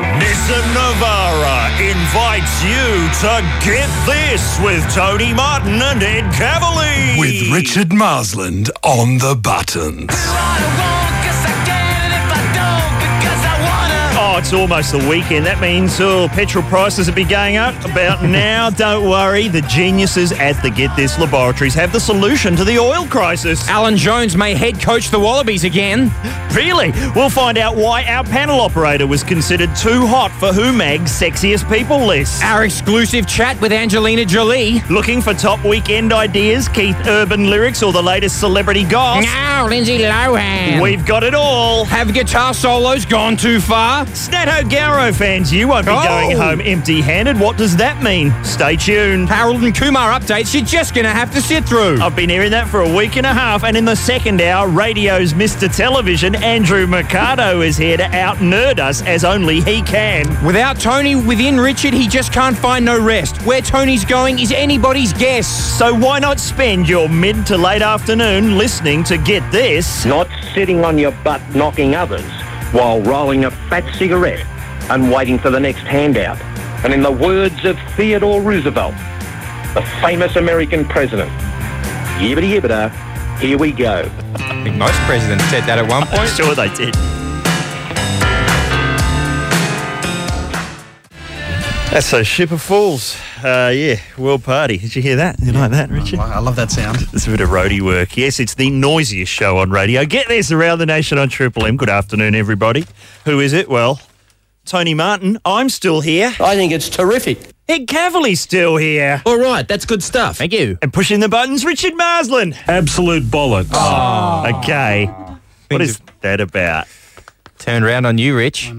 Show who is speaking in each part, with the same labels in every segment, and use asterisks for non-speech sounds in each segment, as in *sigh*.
Speaker 1: Austin Navarra invites you to Get This with Tony Martin and Ed Cavalier.
Speaker 2: With Richard Marsland on the buttons.
Speaker 1: Oh, it's almost the weekend. That means oh, petrol prices will be going up
Speaker 3: *laughs*
Speaker 1: about now. Don't worry, the geniuses at the Get This Laboratories have the solution to the oil crisis.
Speaker 3: Alan Jones may head coach the Wallabies again.
Speaker 1: *gasps* Really? We'll find out why our panel operator was considered too hot for Humag's sexiest people list.
Speaker 3: Our exclusive chat with Angelina Jolie.
Speaker 1: Looking for top weekend ideas, Keith Urban lyrics, or the latest celebrity goss?
Speaker 3: Now, Lindsay Lohan.
Speaker 1: We've got it all.
Speaker 3: Have guitar solos gone too far?
Speaker 1: Snato Garo fans, you won't be
Speaker 3: Oh.
Speaker 1: going home empty handed. What does that mean? Stay tuned.
Speaker 3: Harold and Kumar updates you're just going to have to sit through.
Speaker 1: I've been hearing that for a week and a half, and in the second hour, radio's Mr. Television, Andrew Mercado, is here to out nerd us as only he can.
Speaker 3: Without Tony within Richard, he just can't find no rest. Where Tony's going is anybody's guess.
Speaker 1: So why not spend your mid to late afternoon listening to Get This?
Speaker 4: not sitting on your butt knocking others while rolling a fat cigarette and waiting for the next handout. And in the words of Theodore Roosevelt, the famous American president, yibbity yibbida, here we go.
Speaker 3: I think most presidents said that at one
Speaker 1: I'm sure they did. That's a ship of fools. Uh, yeah, world party. Did you hear that? You like that, Richard?
Speaker 5: I love that sound.
Speaker 1: It's a bit of roadie work. Yes, it's the noisiest show on radio. Get this around the nation on Triple M. Good afternoon, everybody. Who is it? Well, Tony Martin. I'm still here.
Speaker 6: I think it's terrific.
Speaker 1: Ed Cavalier's still here.
Speaker 6: All right, that's good stuff.
Speaker 3: Thank you.
Speaker 1: And pushing the buttons, Richard Marsland. Ah.
Speaker 7: Absolute bollocks.
Speaker 1: Okay. What
Speaker 3: Things
Speaker 1: is that about?
Speaker 3: Turned around on you, Rich.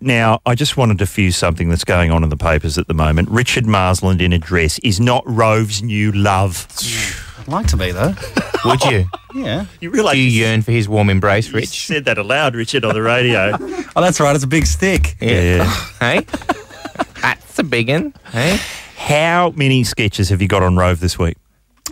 Speaker 1: Now, I just want to diffuse something that's going on in the papers at the moment. Richard Marsland in a dress is not Rove's new love.
Speaker 5: I'd like to be though.
Speaker 3: *laughs* Would you?
Speaker 5: Yeah.
Speaker 1: You realise
Speaker 3: Do you
Speaker 1: you
Speaker 3: yearn for his warm embrace, Rich?
Speaker 1: said that aloud, Richard, on the radio.
Speaker 5: *laughs* Oh, that's right. It's a big stick. *laughs*
Speaker 3: hey? That's a big one. Hey?
Speaker 1: How many sketches have you got on Rove this week?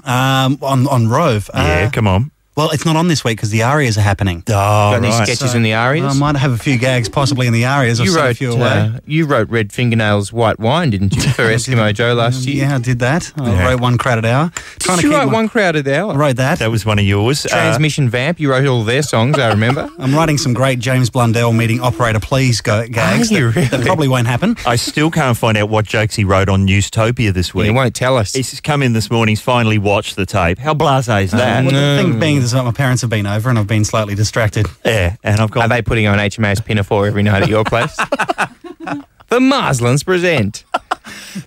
Speaker 5: Um, on on Rove. Uh,
Speaker 1: yeah, come on.
Speaker 5: Well, it's not on this week because the arias are happening.
Speaker 1: Oh,
Speaker 3: Got any
Speaker 1: right.
Speaker 3: sketches in the
Speaker 5: I
Speaker 3: Arias?
Speaker 5: might have a few gags possibly in the arias. I've
Speaker 3: you
Speaker 5: sent a
Speaker 3: wrote
Speaker 5: few away.
Speaker 3: uh, you wrote Red Fingernails White Wine, didn't you,
Speaker 5: *laughs*
Speaker 3: for Eskimo Joe last year?
Speaker 5: Um, yeah, I did that. I wrote one credit hour. Trying
Speaker 3: Did you write
Speaker 5: my-
Speaker 3: One Crowded Hour?
Speaker 5: I wrote that.
Speaker 1: That was one of yours. Uh,
Speaker 3: Transmission Vamp, you wrote all their songs, I remember.
Speaker 5: *laughs* I'm writing some great James Blundell meeting operator please go- gags.
Speaker 3: Are you
Speaker 5: that, that
Speaker 3: really?
Speaker 5: probably won't happen.
Speaker 1: I still can't find out what jokes he wrote on Newstopia this
Speaker 3: Well,
Speaker 1: week.
Speaker 3: you won't tell us.
Speaker 1: He's come in this morning, he's finally watched the tape. How blasé is
Speaker 3: Oh,
Speaker 1: that?
Speaker 5: Well, the thing being is that my parents have been over and I've been slightly distracted.
Speaker 1: Yeah, and I've
Speaker 3: Are
Speaker 1: got.
Speaker 3: they putting on HMAS Pinafore every night at your
Speaker 1: *laughs*
Speaker 3: place? the Marslands present.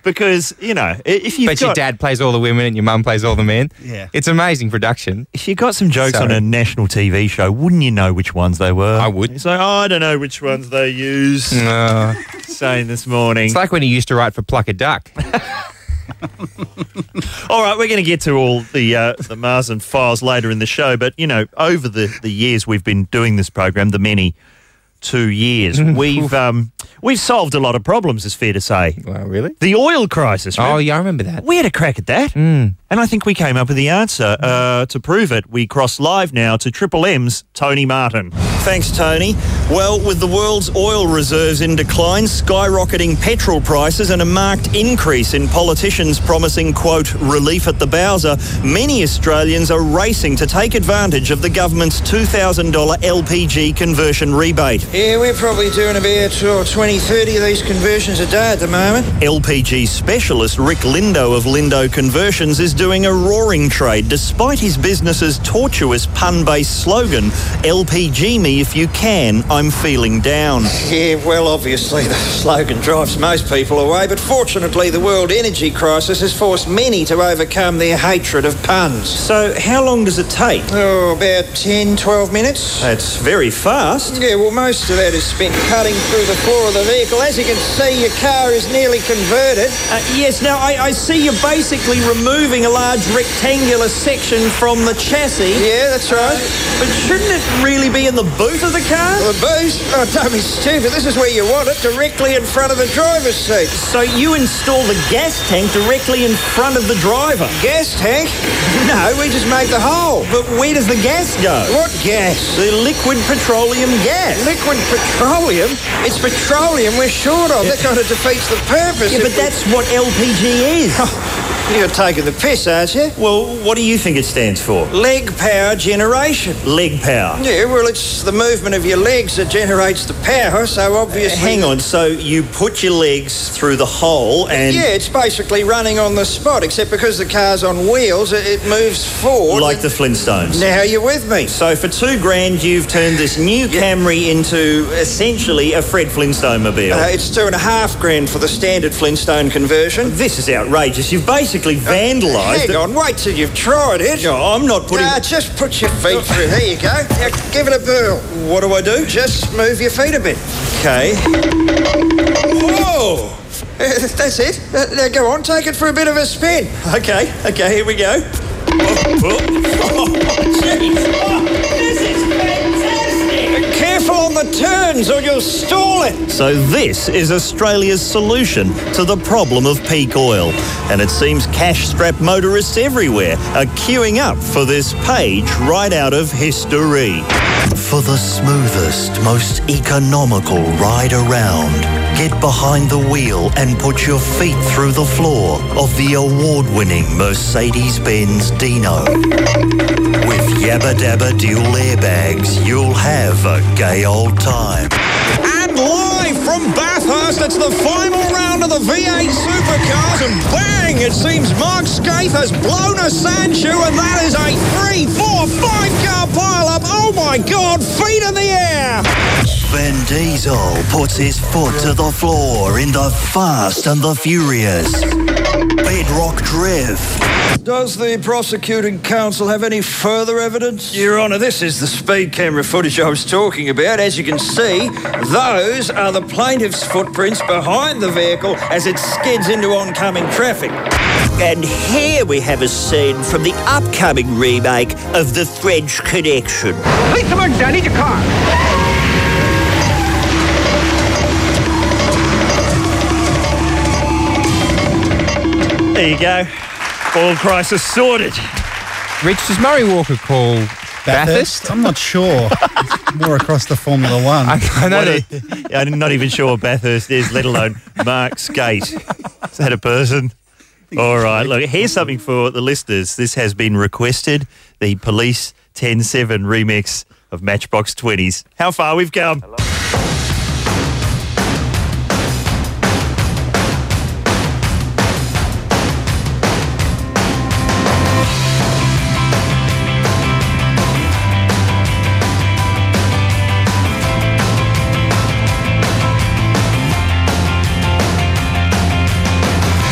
Speaker 1: because, you know, i- if you've,
Speaker 3: But your
Speaker 1: got,
Speaker 3: dad plays all the women and your mum plays all the men.
Speaker 5: Yeah.
Speaker 3: It's amazing production.
Speaker 1: if you've got some jokes on
Speaker 3: Sorry.
Speaker 1: a national TV show, wouldn't you know which ones they were?
Speaker 3: I would.
Speaker 1: It's like, oh, I don't know which ones they use.
Speaker 3: Uh,
Speaker 1: saying this morning.
Speaker 3: it's like when he used to write for Pluck a Duck.
Speaker 1: *laughs* All right, we're going to get to all the uh, the Mars and files later in the show, but you know, over the, the years we've been doing this program, the many two
Speaker 3: *laughs*
Speaker 1: years, we've um, we've solved a lot of problems. It's fair to say.
Speaker 3: Wow, really?
Speaker 1: The oil crisis.
Speaker 3: Oh,
Speaker 1: remember?
Speaker 3: yeah, I remember that.
Speaker 1: We had a crack at that,
Speaker 3: Hmm.
Speaker 1: and I think we came up with the answer. Uh, to prove it, we cross live now to Triple M's Tony Martin. Thanks, Tony. Well, with the world's oil reserves in decline, skyrocketing petrol prices, and a marked increase in politicians promising, quote, relief at the Bowser, many Australians are racing to take advantage of the government's $2,000 LPG conversion rebate.
Speaker 8: Yeah, we're probably doing about oh, 20, 30 of these conversions a day at the moment.
Speaker 1: LPG specialist Rick Lindo of Lindo Conversions is doing a roaring trade despite his business's tortuous pun based slogan LPG me if you can, I'm feeling down.
Speaker 8: Yeah, well, obviously the slogan drives most people away, but fortunately the world energy crisis has forced many to overcome their hatred of puns.
Speaker 1: So, how long does it take?
Speaker 8: Oh, about 10, 12 minutes.
Speaker 1: That's very fast.
Speaker 8: Yeah, well, most of that is spent cutting through the floor of the vehicle. As you can see, your car is nearly converted.
Speaker 1: Uh, yes, now I, I see you're basically removing a large rectangular section from the chassis, Uh,
Speaker 8: Yeah, that's right.
Speaker 1: but shouldn't it really be in the boot of the car?
Speaker 8: The boost? Oh, don't be stupid. This is where you want it, directly in front of the driver's seat.
Speaker 1: So, you install the gas tank directly in front of the driver. *laughs*
Speaker 8: Gas tank? No, we just make the hole.
Speaker 1: But where does the gas go?
Speaker 8: What gas?
Speaker 1: The liquid petroleum gas.
Speaker 8: Liquid petroleum? It's petroleum. petroleum we're short of. That kind of defeats the purpose.
Speaker 4: Yeah,
Speaker 8: if
Speaker 4: but
Speaker 8: we-
Speaker 4: that's what LPG is.
Speaker 8: *laughs* You're taking the piss, aren't you?
Speaker 1: Well, what do you think it stands for?
Speaker 8: Leg power generation.
Speaker 1: Leg power.
Speaker 8: Yeah, well, it's the movement of your legs that generates the power, so obviously.
Speaker 1: Uh, Hang on, so you put your legs through the hole and.
Speaker 8: Yeah, it's basically running on the spot, except because the car's on wheels, it, it moves forward.
Speaker 1: Like the Flintstones.
Speaker 8: Now you're with me.
Speaker 1: So for two grand, you've turned this new Camry into essentially a Fred Flintstone mobile.
Speaker 8: Uh, it's two and a half grand for the standard Flintstone conversion. Uh,
Speaker 1: this is outrageous. You've basically vandalised.
Speaker 8: Hang
Speaker 1: the-
Speaker 8: on, wait till you've tried it.
Speaker 1: No, I'm not putting.
Speaker 8: Ah, just put your feet through. There you go. Now, give it a burl.
Speaker 1: What do I do?
Speaker 8: Just move your feet a bit.
Speaker 1: Okay. Whoa!
Speaker 8: Uh, *laughs* That's it. Uh, Now go on, take it for a bit of a spin.
Speaker 1: Okay, okay, here we go. Oh, *laughs* oh. Jeez. Oh, this is fantastic.
Speaker 8: Careful on the turns or you'll stall it.
Speaker 1: So this is Australia's solution to the problem of peak oil. And it seems cash-strapped motorists everywhere are queuing up for this page right out of history. For the smoothest, most economical ride around, get behind the wheel and put your feet through the floor of the award-winning Mercedes-Benz Dino. With Yabba Dabba dual airbags, you'll have a gay old time.
Speaker 8: And live from Bathurst, it's the final round of the V8 supercars, and bang, it seems Mark Scaife has blown a Sanchu, and that is a three, four, five car pile up. Oh my God, feet in the air.
Speaker 1: Vin Diesel puts his foot to the floor in the Fast and the Furious. Bedrock Drift.
Speaker 8: Does the prosecuting counsel have any further evidence? Your Honour, this is the speed camera footage I was talking about. As you can see, those are the plaintiff's footprints behind the vehicle as it skids into oncoming traffic.
Speaker 4: And here we have a scene from the upcoming remake of The French Connection.
Speaker 9: Please, someone, I need your car.
Speaker 1: There you go. All crisis sorted.
Speaker 10: Rich, does Murray Walker call Bathurst?
Speaker 5: I'm not sure. *laughs* It's more across the Formula One.
Speaker 10: I know that.
Speaker 1: I'm not even sure what Bathurst is, let alone Mark's Gate. Is that a person? All right, look, here's something for the listeners. This has been requested the Police 10 7 remix of Matchbox 20s. How far we've come.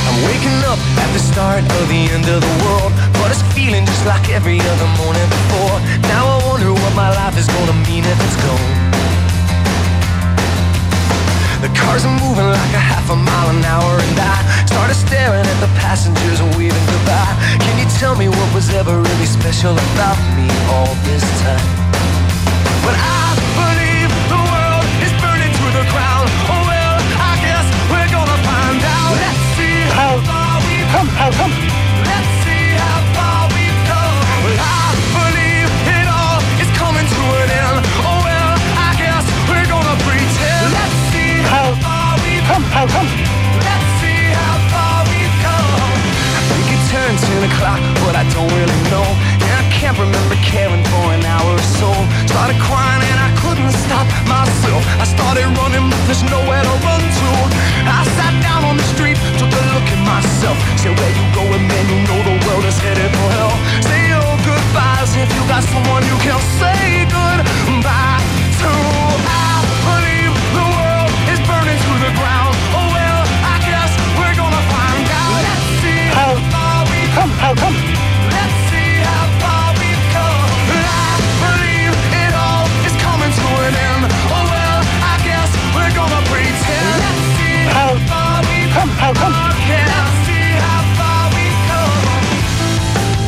Speaker 2: I'm waking up at the start of the end of the world, but it's feeling just like every other morning before. Now I wonder what my life is gonna mean if it's gone. The cars are moving like a half a mile an hour, and I started staring at the passengers and waving goodbye. Can you tell me what was ever really special about me all this time? But I believe the world is burning to the ground. Oh well, I guess we're gonna find out. Let's see how far we've come. How come? Let's see how far we've come. Well, I believe it all is coming to an end. Oh well, I guess we're gonna pretend. Let's see how far we've come. How come? Let's see how far we've come. I think it turned 10 o'clock, but I don't really know. And I can't remember caring for an hour or so. Started crying and I couldn't stop myself. I started running, but there's nowhere to run to. I sat down on the street, took a look at myself. Said, Where you going, man? You know the world is headed for hell. Say your goodbyes if you got someone you can say goodbye to. I believe the world is burning to the ground. Oh well, I guess we're gonna find out. Let's see how far we come. How come? Let's see how far we've come. I believe it all is coming to an end. Oh well, I guess we're gonna pretend. Let's see how far we've come. How come? Let's see how far we've come.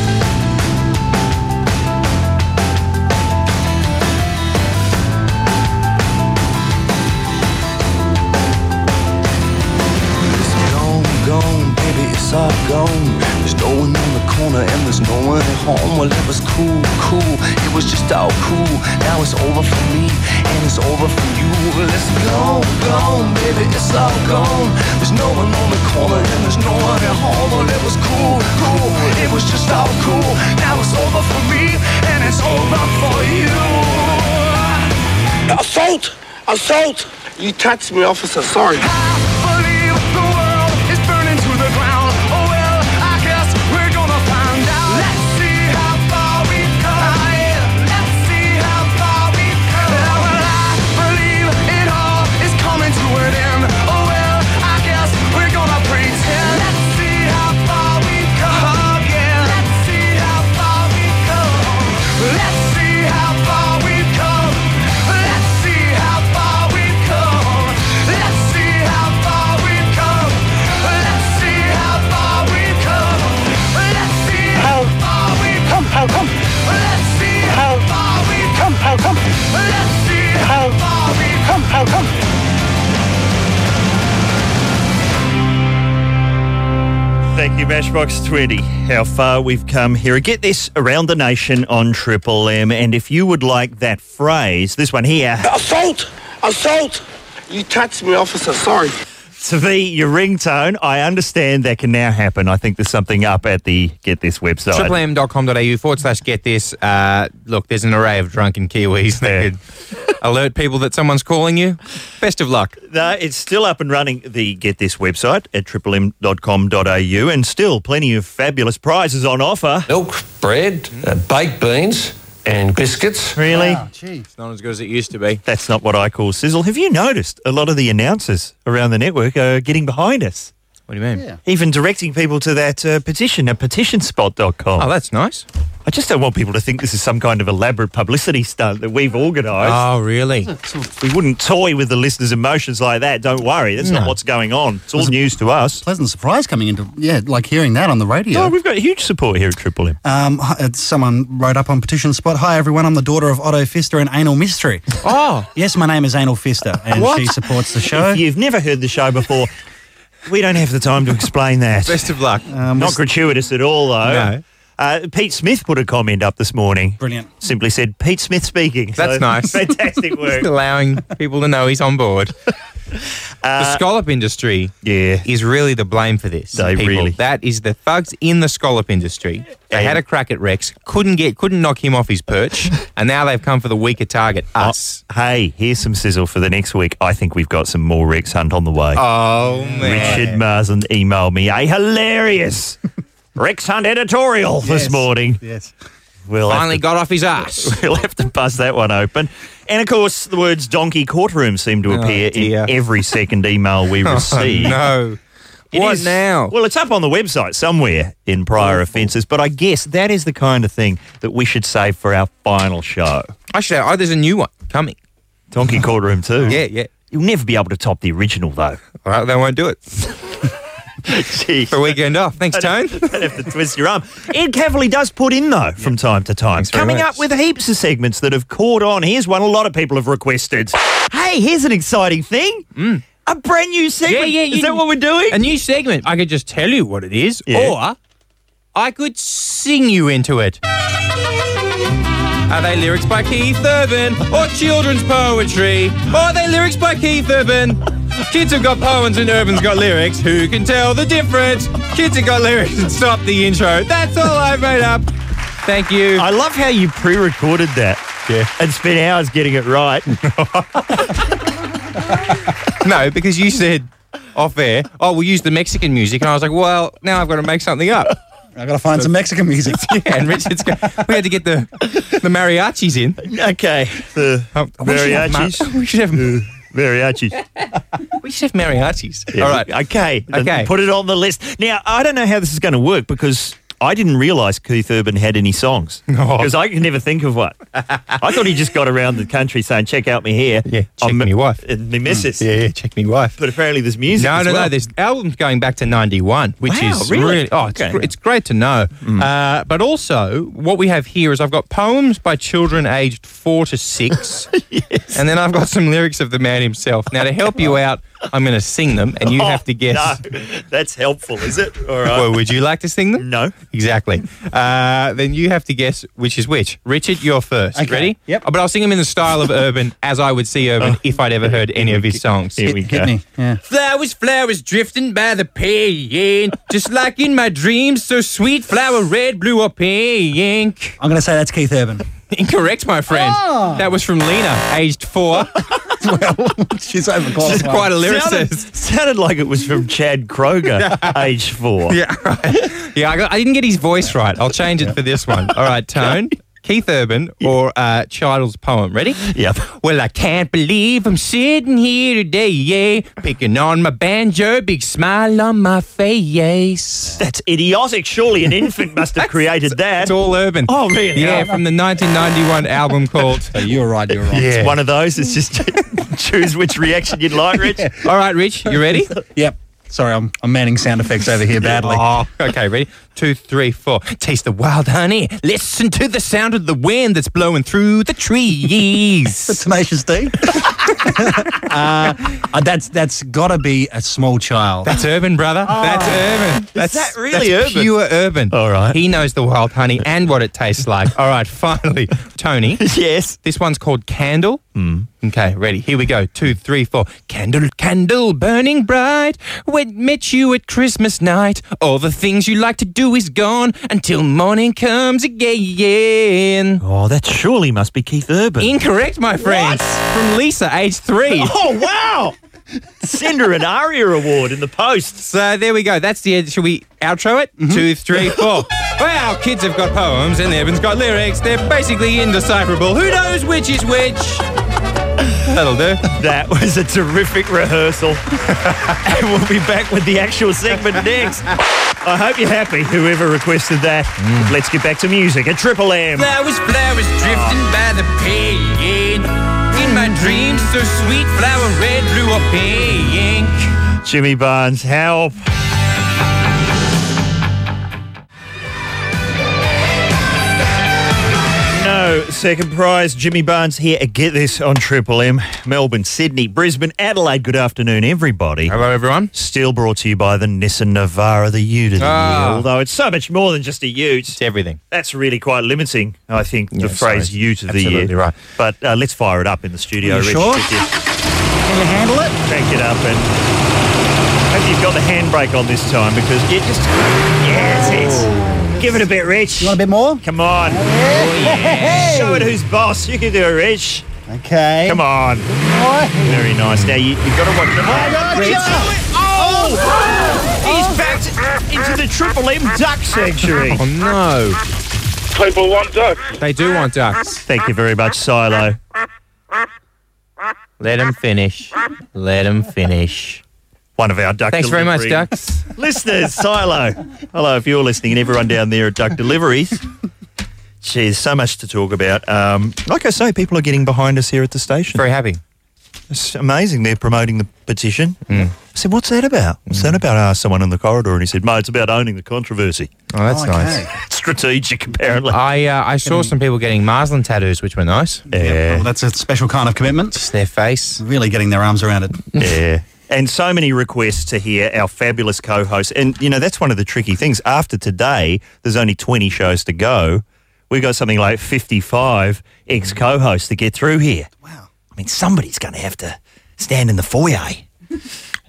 Speaker 2: Is it all gone, baby? It's all gone. There's no one on the corner and there's no one at home. Well, it was cool, cool. It was just all cool. Now it's over for me and it's over for you. Well, It's gone, gone, baby, it's all gone. There's no one on the corner and there's no one at home. Well, it was cool, cool, it was just all cool. Now it's over for me and it's over for you.
Speaker 11: Assault! Assault! You touched me, officer, sorry.
Speaker 2: Oh, Oh,
Speaker 1: Thank you, Matchbox 20. How far we've come here. Get this around the nation on Triple M. And if you would like that phrase, this one here. *laughs*
Speaker 11: Assault! Assault! You touched me, officer, sorry.
Speaker 1: To be your ringtone, I understand that can now happen. I think there's something up at the Get This website.
Speaker 3: triplem.com.au forward slash get this. Uh, look, there's an array of drunken Kiwis that could alert people that someone's calling you. Best of luck.
Speaker 1: No, Uh, it's still up and running, the Get This website at triplem.com.au, and still plenty of fabulous prizes on offer.
Speaker 4: Milk, bread, uh, baked beans, and biscuits.
Speaker 1: Really?
Speaker 3: It's not as good as it used to be.
Speaker 1: That's not what I call sizzle. Have you noticed a lot of the announcers around the network are getting behind us?
Speaker 3: What do you mean?
Speaker 1: Even directing people to that uh, petition at petitionspot.com.
Speaker 3: Oh, that's nice.
Speaker 1: I just don't want people to think this is some kind of elaborate publicity stunt that we've organised.
Speaker 3: Oh, really?
Speaker 1: We wouldn't toy with the listeners' emotions like that. Don't worry. That's
Speaker 5: No.
Speaker 1: not what's going on. It's all news to us.
Speaker 5: Pleasant surprise coming into yeah, like hearing that on the radio.
Speaker 1: No, we've got huge support here at Triple M.
Speaker 5: Um, hi- it's someone wrote up on petition spot. Hi everyone, I'm the daughter of Otto Fister and Anal Mystery.
Speaker 3: Oh,
Speaker 5: yes, my name is Anal Fister, and
Speaker 1: What?
Speaker 5: she supports the show.
Speaker 1: If you've never heard the show before, we don't have the time to explain that.
Speaker 3: Best of
Speaker 5: *laughs*
Speaker 3: luck.
Speaker 5: Um,
Speaker 1: Not gratuitous at all, though.
Speaker 3: No.
Speaker 1: Uh, Pete Smith put a comment up this morning.
Speaker 5: Brilliant.
Speaker 1: Simply said, Pete Smith speaking.
Speaker 3: That's
Speaker 1: So,
Speaker 3: nice.
Speaker 1: *laughs* Fantastic work.
Speaker 3: Just allowing people to know he's on board. *laughs* the scallop industry
Speaker 1: Uh, yeah.
Speaker 3: is really the blame for this.
Speaker 1: They
Speaker 3: people.
Speaker 1: really-
Speaker 3: That is the thugs in the scallop industry. They
Speaker 1: And-
Speaker 3: had a crack at Rex, couldn't get, couldn't knock him off
Speaker 1: *laughs*
Speaker 3: his perch, and now they've come for the weaker target, us.
Speaker 1: Oh, Hey, here's some sizzle for the next week. I think we've got some more Rex Hunt on the way.
Speaker 3: Oh, man.
Speaker 1: Richard Marsden emailed me a
Speaker 5: *laughs*
Speaker 1: hilarious Rex Hunt editorial this morning.
Speaker 5: Yes.
Speaker 1: We'll have
Speaker 3: Finally
Speaker 1: to-
Speaker 3: got off his ass.
Speaker 1: *laughs* We'll have to buzz that one open. And of course, the words donkey courtroom seem to appear
Speaker 3: Oh, dear.
Speaker 1: in every second email we
Speaker 3: *laughs* Oh,
Speaker 1: receive.
Speaker 3: no.
Speaker 1: It
Speaker 3: what
Speaker 1: is-
Speaker 3: now? Oh.
Speaker 1: Well, it's up on the website somewhere in prior offences, but I guess that is the kind of thing that we should save for our final show.
Speaker 3: Actually, oh, there's a new one coming.
Speaker 1: Donkey Courtroom 2.
Speaker 3: *laughs* Yeah, yeah.
Speaker 1: You'll never be able to top the original, though.
Speaker 3: All right, they won't do it
Speaker 1: *laughs* Jeez.
Speaker 3: for a weekend off. Thanks,
Speaker 1: *laughs*
Speaker 3: Tone.
Speaker 1: Don't have to twist your arm. Ed Cavalier does put in, though, from time to time.
Speaker 3: very
Speaker 1: Coming
Speaker 3: much.
Speaker 1: up with heaps of segments that have caught on. Here's one a lot of people have requested. Hey, here's an exciting thing.
Speaker 3: Mm.
Speaker 1: A brand new segment. Is that what we're doing?
Speaker 3: A new segment. I could just tell you what it is,
Speaker 1: Yeah.
Speaker 3: or I could sing you into it. Are they lyrics by Keith Urban or children's poetry? Or are they lyrics by
Speaker 1: *laughs*
Speaker 3: Keith Urban? Kids have got poems and Urban's got lyrics. Who can tell the difference? Kids have got lyrics and stop the intro. That's all I made up. Thank you.
Speaker 1: I love how you pre-recorded that. Yeah. And spent hours getting it right.
Speaker 3: *laughs*
Speaker 1: *laughs*
Speaker 3: No, because you said off air, oh, we'll use the Mexican music. And I was like, well, now I've got to make something up.
Speaker 5: I gotta find some Mexican music.
Speaker 3: *laughs* And Richard's go we had to get the, the mariachis in.
Speaker 1: okay. The
Speaker 3: Um, we should have
Speaker 1: mariachis.
Speaker 3: ma- *laughs* we should have,
Speaker 1: Mariachis.
Speaker 3: we should have mariachis.
Speaker 1: Yeah,
Speaker 3: All right.
Speaker 1: Okay. then
Speaker 3: Okay.
Speaker 1: Put it on the list. Now, I don't know how this is going to work because I didn't realise Keith Urban had any
Speaker 3: *laughs*
Speaker 1: songs.
Speaker 3: Oh.
Speaker 1: Because I could never think of one. I thought he just got around the country saying, check out me here.
Speaker 3: Yeah, check me wife. Mm.
Speaker 1: And me missus.
Speaker 3: Yeah, yeah, check me wife.
Speaker 1: But apparently there's music.
Speaker 3: No,
Speaker 1: as
Speaker 3: no,
Speaker 1: well.
Speaker 3: no. This album's going back to '91, which
Speaker 1: Wow,
Speaker 3: is
Speaker 1: really?
Speaker 3: really, oh, it's,
Speaker 1: Okay.
Speaker 3: gr- it's great to know. Uh, but also, what we have here is I've got poems by children *laughs* aged four to six, and then I've got some lyrics of the man himself. Now, to help you out, I'm going to sing them, and you have to guess.
Speaker 1: No, that's helpful, is it? All right.
Speaker 3: Well,
Speaker 1: *laughs*
Speaker 3: would you like to sing them?
Speaker 1: No.
Speaker 3: Exactly. Uh, then you have to guess which is which. Richard, you're first.
Speaker 5: Okay.
Speaker 3: Ready?
Speaker 5: Yep.
Speaker 3: Oh, but I'll sing them in the style of Urban, as I would see Urban if I'd ever heard any of his songs.
Speaker 1: Oh. Here we go.
Speaker 5: Yeah.
Speaker 3: Flowers, flowers drifting by the pane, just like in my dreams, so sweet, flower red, blue, or pink.
Speaker 5: I'm going to say that's Keith Urban.
Speaker 3: Incorrect, my friend.
Speaker 1: Oh.
Speaker 3: That was from Lena, aged four.
Speaker 1: *laughs*
Speaker 5: She's overqualified.
Speaker 3: She's quite a lyricist.
Speaker 1: Sounded, sounded like it was from Chad
Speaker 3: *laughs*
Speaker 1: Kroger, age four.
Speaker 3: Yeah, right. yeah. I, got, I didn't get his voice right. I'll change it for this one. All
Speaker 1: *laughs*
Speaker 3: right, tone. Keith Urban or uh, Child's poem. Ready?
Speaker 1: Yep.
Speaker 3: Well, I can't believe I'm sitting here today, yeah, picking on my banjo, big smile on my face.
Speaker 1: That's idiotic. Surely an infant must have created that.
Speaker 3: It's all urban.
Speaker 1: *laughs* Oh, really?
Speaker 3: Yeah, from the 1991
Speaker 1: *laughs*
Speaker 3: album called.
Speaker 5: So you're right, you're right.
Speaker 1: It's one of those. It's just *laughs* choose which reaction you'd like, Rich.
Speaker 3: All right, Rich, you ready?
Speaker 5: Yep. Sorry, I'm, I'm manning sound effects over here badly.
Speaker 3: Oh, okay, ready? Two, three, four. Taste the wild honey. Listen to the sound of the wind that's blowing through the trees.
Speaker 5: The *laughs*
Speaker 3: *laughs*
Speaker 5: Tenacious D. uh, uh, that's that's got to be a small child.
Speaker 3: That's urban, brother. That's urban. That's
Speaker 1: Oh. that really
Speaker 3: that's
Speaker 1: urban?
Speaker 3: Pure urban.
Speaker 1: All right.
Speaker 3: He knows the wild honey and what it
Speaker 1: *laughs*
Speaker 3: tastes like. All right. Finally, Tony.
Speaker 1: yes.
Speaker 3: This one's called Candle.
Speaker 1: Hmm.
Speaker 3: Okay, ready. Here we go. Two, three, four. Candle, candle, burning bright. When met you at Christmas night, all the things you like to do is gone until morning comes again.
Speaker 1: Oh, that surely must be Keith Urban.
Speaker 3: Incorrect, my friend. From Lisa, age three.
Speaker 1: oh, wow.
Speaker 3: *laughs*
Speaker 1: Send her an ARIA award in the post.
Speaker 3: So there we go. That's the end. Should we outro it?
Speaker 11: Mm-hmm.
Speaker 3: Two, three, four. wow, kids have got poems and the urban's got lyrics. They're basically indecipherable. Who knows which is which?
Speaker 11: *laughs*
Speaker 3: That'll do.
Speaker 1: That was a terrific
Speaker 3: *laughs*
Speaker 1: rehearsal. and we'll be back with the actual segment next. I hope you're happy, whoever requested that.
Speaker 3: Mm.
Speaker 1: Let's get back to music at Triple M.
Speaker 3: Flowers, flowers drifting by the pane. In my dreams, so sweet, flower red, blue, or pink.
Speaker 1: Jimmy Barnes, help. No Second prize, Jimmy Barnes here. Get this on Triple M. Melbourne, Sydney, Brisbane, Adelaide. Good afternoon, everybody.
Speaker 3: Hello, everyone.
Speaker 1: Still brought to you by the Nissan Navara, the Ute of the
Speaker 3: Ah.
Speaker 1: year. Although it's so much more than just a Ute.
Speaker 3: It's everything.
Speaker 1: That's really quite limiting, I think, the
Speaker 3: Yeah,
Speaker 1: phrase
Speaker 3: sorry.
Speaker 1: Ute of the
Speaker 3: Absolutely
Speaker 1: year.
Speaker 3: right.
Speaker 1: But uh, let's fire it up in the studio,
Speaker 5: You
Speaker 1: Rich.
Speaker 5: sure?
Speaker 1: If you-
Speaker 5: Can you handle it?
Speaker 1: crank it up and hope you've got the handbrake on this time because it just yeah that's it give it a bit rich
Speaker 5: Oh. You want a bit more? Oh,
Speaker 1: come on show it who's boss you can do it rich
Speaker 5: Okay.
Speaker 1: come on very nice now you, you've got to watch it
Speaker 5: Rich.
Speaker 1: oh he's backed into the triple m duck sanctuary
Speaker 3: Oh, no.
Speaker 11: People want ducks.
Speaker 3: They do want ducks.
Speaker 1: thank you very much silo
Speaker 3: Let them finish. Let them finish.
Speaker 1: one of our duck
Speaker 3: Thanks very much,
Speaker 1: delivery
Speaker 3: ducks.
Speaker 1: listeners, Silo. Hello, if you're listening, and everyone down there at Duck Deliveries. Geez, so much to talk about. Um, like I say, people are getting behind us here at the station.
Speaker 3: Very happy.
Speaker 1: It's amazing. They're promoting the petition.
Speaker 3: Mm.
Speaker 1: I said, "What's that about?" What's that about? I asked someone in the corridor, and he said, "Mate, it's about owning the controversy.
Speaker 3: Oh, that's
Speaker 5: Okay. *laughs*
Speaker 3: nice.
Speaker 1: Strategic, apparently."
Speaker 3: I uh, I saw some people getting Marslin tattoos, which were nice.
Speaker 5: Well,
Speaker 1: yeah,
Speaker 5: that's a special kind of commitment.
Speaker 3: It's their face.
Speaker 5: Really getting their arms around it.
Speaker 1: yeah. And so many requests to hear our fabulous co-hosts. And you know, that's one of the tricky things. After today, there's only 20 shows to go. We've got something like 55
Speaker 3: Mm.
Speaker 1: ex-co-hosts to get through here.
Speaker 5: Wow.
Speaker 1: I mean, somebody's going to have to stand in the foyer.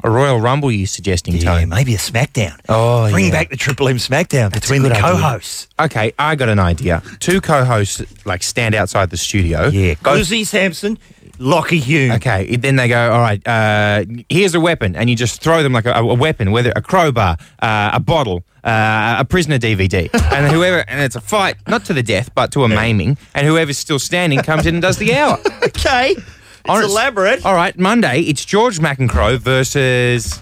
Speaker 3: A Royal Rumble, you suggesting,
Speaker 1: Yeah,
Speaker 3: Tony?
Speaker 1: maybe a SmackDown.
Speaker 3: Oh,
Speaker 1: Bring
Speaker 3: yeah.
Speaker 1: back the Triple M SmackDown between
Speaker 3: good
Speaker 1: the
Speaker 3: idea.
Speaker 1: co-hosts.
Speaker 3: Okay, I got an idea. Two co-hosts like stand outside the studio.
Speaker 1: Yeah,
Speaker 3: Go-
Speaker 1: Lizzie Sampson, Lockie Hume.
Speaker 3: Okay, then they go. All right, uh, here's a weapon, and you just throw them like a, a weapon, whether a crowbar, uh, a bottle, uh, a prisoner DVD, *laughs* and whoever, and it's a fight, not to the death, but to a maiming, and whoever's still standing comes in and does the hour.
Speaker 1: *laughs* Okay, it's
Speaker 3: Honest-
Speaker 1: elaborate.
Speaker 3: All right, Monday it's George McEncrow versus.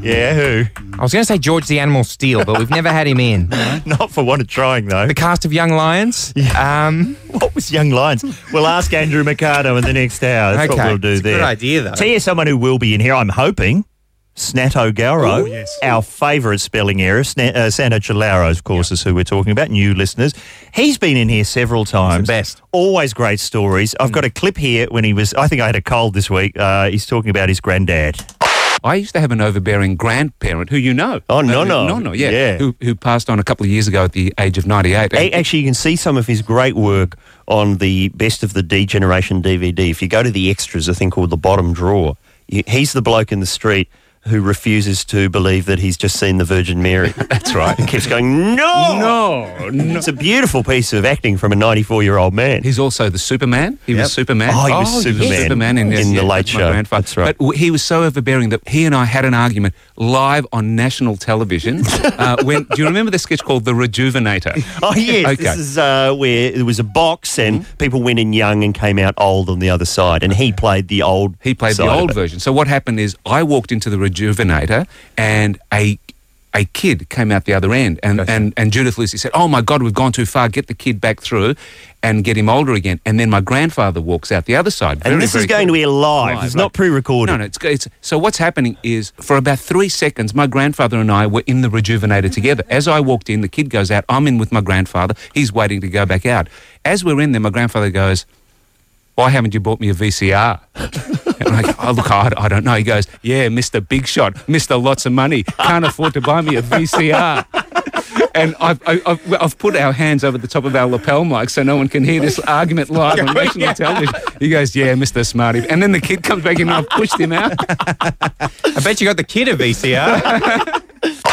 Speaker 1: Yeah, who?
Speaker 3: I was going to say George the Animal Steel, but we've never had him in. The
Speaker 1: *laughs* Not for want of trying though.
Speaker 3: cast of Young Lions. Um,
Speaker 1: *laughs* What was Young Lions? We'll ask Andrew Mercado in the next hour. That's
Speaker 3: Okay.
Speaker 1: what we'll do
Speaker 3: It's a good
Speaker 1: there.
Speaker 3: idea, though.
Speaker 1: Tell you someone who will be in here, I'm hoping. Snato Gauro,
Speaker 12: Oh,
Speaker 13: Ooh, yes.
Speaker 1: our favourite spelling error, Sna- uh, Santo Chilaro, of course, is who we're talking about, new listeners. He's been in here several times. best. Always great stories.
Speaker 12: Mm.
Speaker 1: I've got a clip here when he was, I think I had a cold this week. Uh, he's talking about his granddad.
Speaker 12: I used to have an overbearing grandparent who you know. Uh,
Speaker 1: Oh, Nono.
Speaker 12: no, no, yeah,
Speaker 1: Yeah.
Speaker 12: Who, who passed on a couple of years ago at the age of 98.
Speaker 13: A- Actually, you can see some of his great work on the Best of the D Generation DVD. If you go to the extras, a thing called the bottom drawer, you, he's the bloke in the street who refuses to believe that he's just seen the Virgin
Speaker 12: *laughs*
Speaker 13: Mary. That's right. He keeps going, no! No! no. It's a beautiful piece of acting from a 94 year old man.
Speaker 12: He's also the Superman. He was Superman.
Speaker 13: Oh, he was
Speaker 12: yes,
Speaker 13: Superman,
Speaker 12: Superman in, yes, yeah,
Speaker 13: the late
Speaker 12: that's my
Speaker 13: show.
Speaker 12: grandfather.
Speaker 13: That's right.
Speaker 12: But w- he was so overbearing that he and I had an argument live on
Speaker 13: *laughs*
Speaker 12: national television. uh, when do you remember the sketch called The Rejuvenator?
Speaker 13: Oh yes,
Speaker 12: *laughs* Okay. Mm-hmm.
Speaker 13: this is uh, where there was a box and people went in young and came out old on the other side, and he played the old.
Speaker 12: He played the old version. So what happened is I walked into the rejuvenator and a a kid came out the other end and, and, and Judith Lucy said, Oh my God, we've gone too far. Get the kid back through and get him older again. And then my grandfather walks out the other side.
Speaker 13: And this is going to be live. It's not pre-recorded.
Speaker 12: No, no, it's, it's so what's happening is for about three seconds, my grandfather and I were in the rejuvenator together. As I walked in, the kid goes out, I'm in with my grandfather, he's waiting to go back out. As we're in there, my grandfather goes, Why haven't you bought me a VCR? And I go, *laughs* oh, look, I, I don't know. He goes, yeah, Mr. Big Shot, Mr. Lots of Money, can't afford to buy me a VCR. And I've, I- I've, I've put our hands over the top of our lapel mic so no one can hear this argument live on national television. He goes, yeah, Mr. Smarty. And then the kid comes back in and I've pushed him out. I bet you got the kid a VCR.
Speaker 1: *laughs*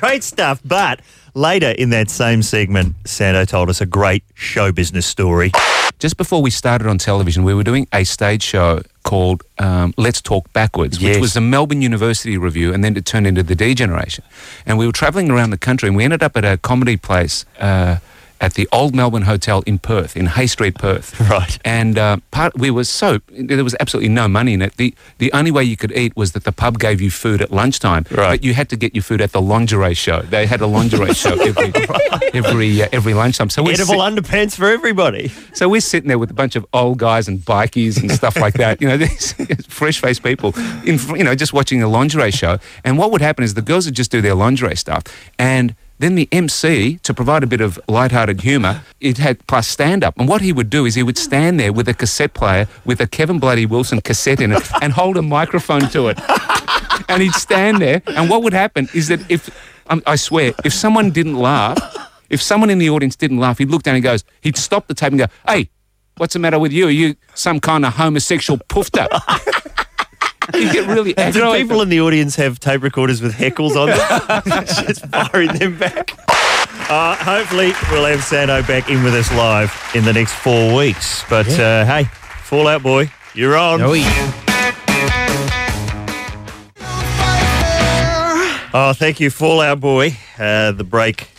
Speaker 1: great stuff. But later in that same segment, Santo told us a great show business story.
Speaker 12: Just before we started on television, we were doing a stage show called um, Let's Talk Backwards, which
Speaker 14: Yes.
Speaker 12: was the Melbourne University review, and then it turned into the D Generation. And we were traveling around the country, and we ended up at a comedy place uh, at the Old Melbourne Hotel in Perth, in Hay Street, Perth.
Speaker 13: Right.
Speaker 12: And uh, part we were so there was absolutely no money in it. the The only way you could eat was that the pub gave you food at lunchtime, right. but you had to get your food at the lingerie show. They had a lingerie show every every uh, every lunchtime. So we're
Speaker 13: Edible
Speaker 12: sit-
Speaker 13: underpants for
Speaker 1: *laughs*
Speaker 13: everybody.
Speaker 12: so we're sitting there with a bunch of old guys and bikies and stuff like that. You know, *laughs* these fresh-faced people, in, fr- you know, just watching a lingerie show. And what would happen is the girls would just do their lingerie stuff, and then the MC, to provide a bit of light-hearted humour, it had plus stand-up. And what he would do is he would stand there with a cassette player with a Kevin Bloody Wilson cassette in it and hold a microphone to it and he'd stand there. And what would happen is that if um, I swear, if someone didn't laugh, if someone in the audience didn't laugh, he'd look down and goes, he'd stop the tape and go, "Hey, what's the matter with you? Are you some kind of homosexual poofter?" you get really
Speaker 13: And do
Speaker 12: aggravated.
Speaker 13: people in the audience have tape recorders with heckles on
Speaker 12: *laughs*
Speaker 13: them? Just firing them back.
Speaker 1: Uh, hopefully, we'll have Santo back in with us live in the next four weeks. But uh, hey, Fallout Boy, you're on. Oh, thank you, Fallout Boy. Uh, the break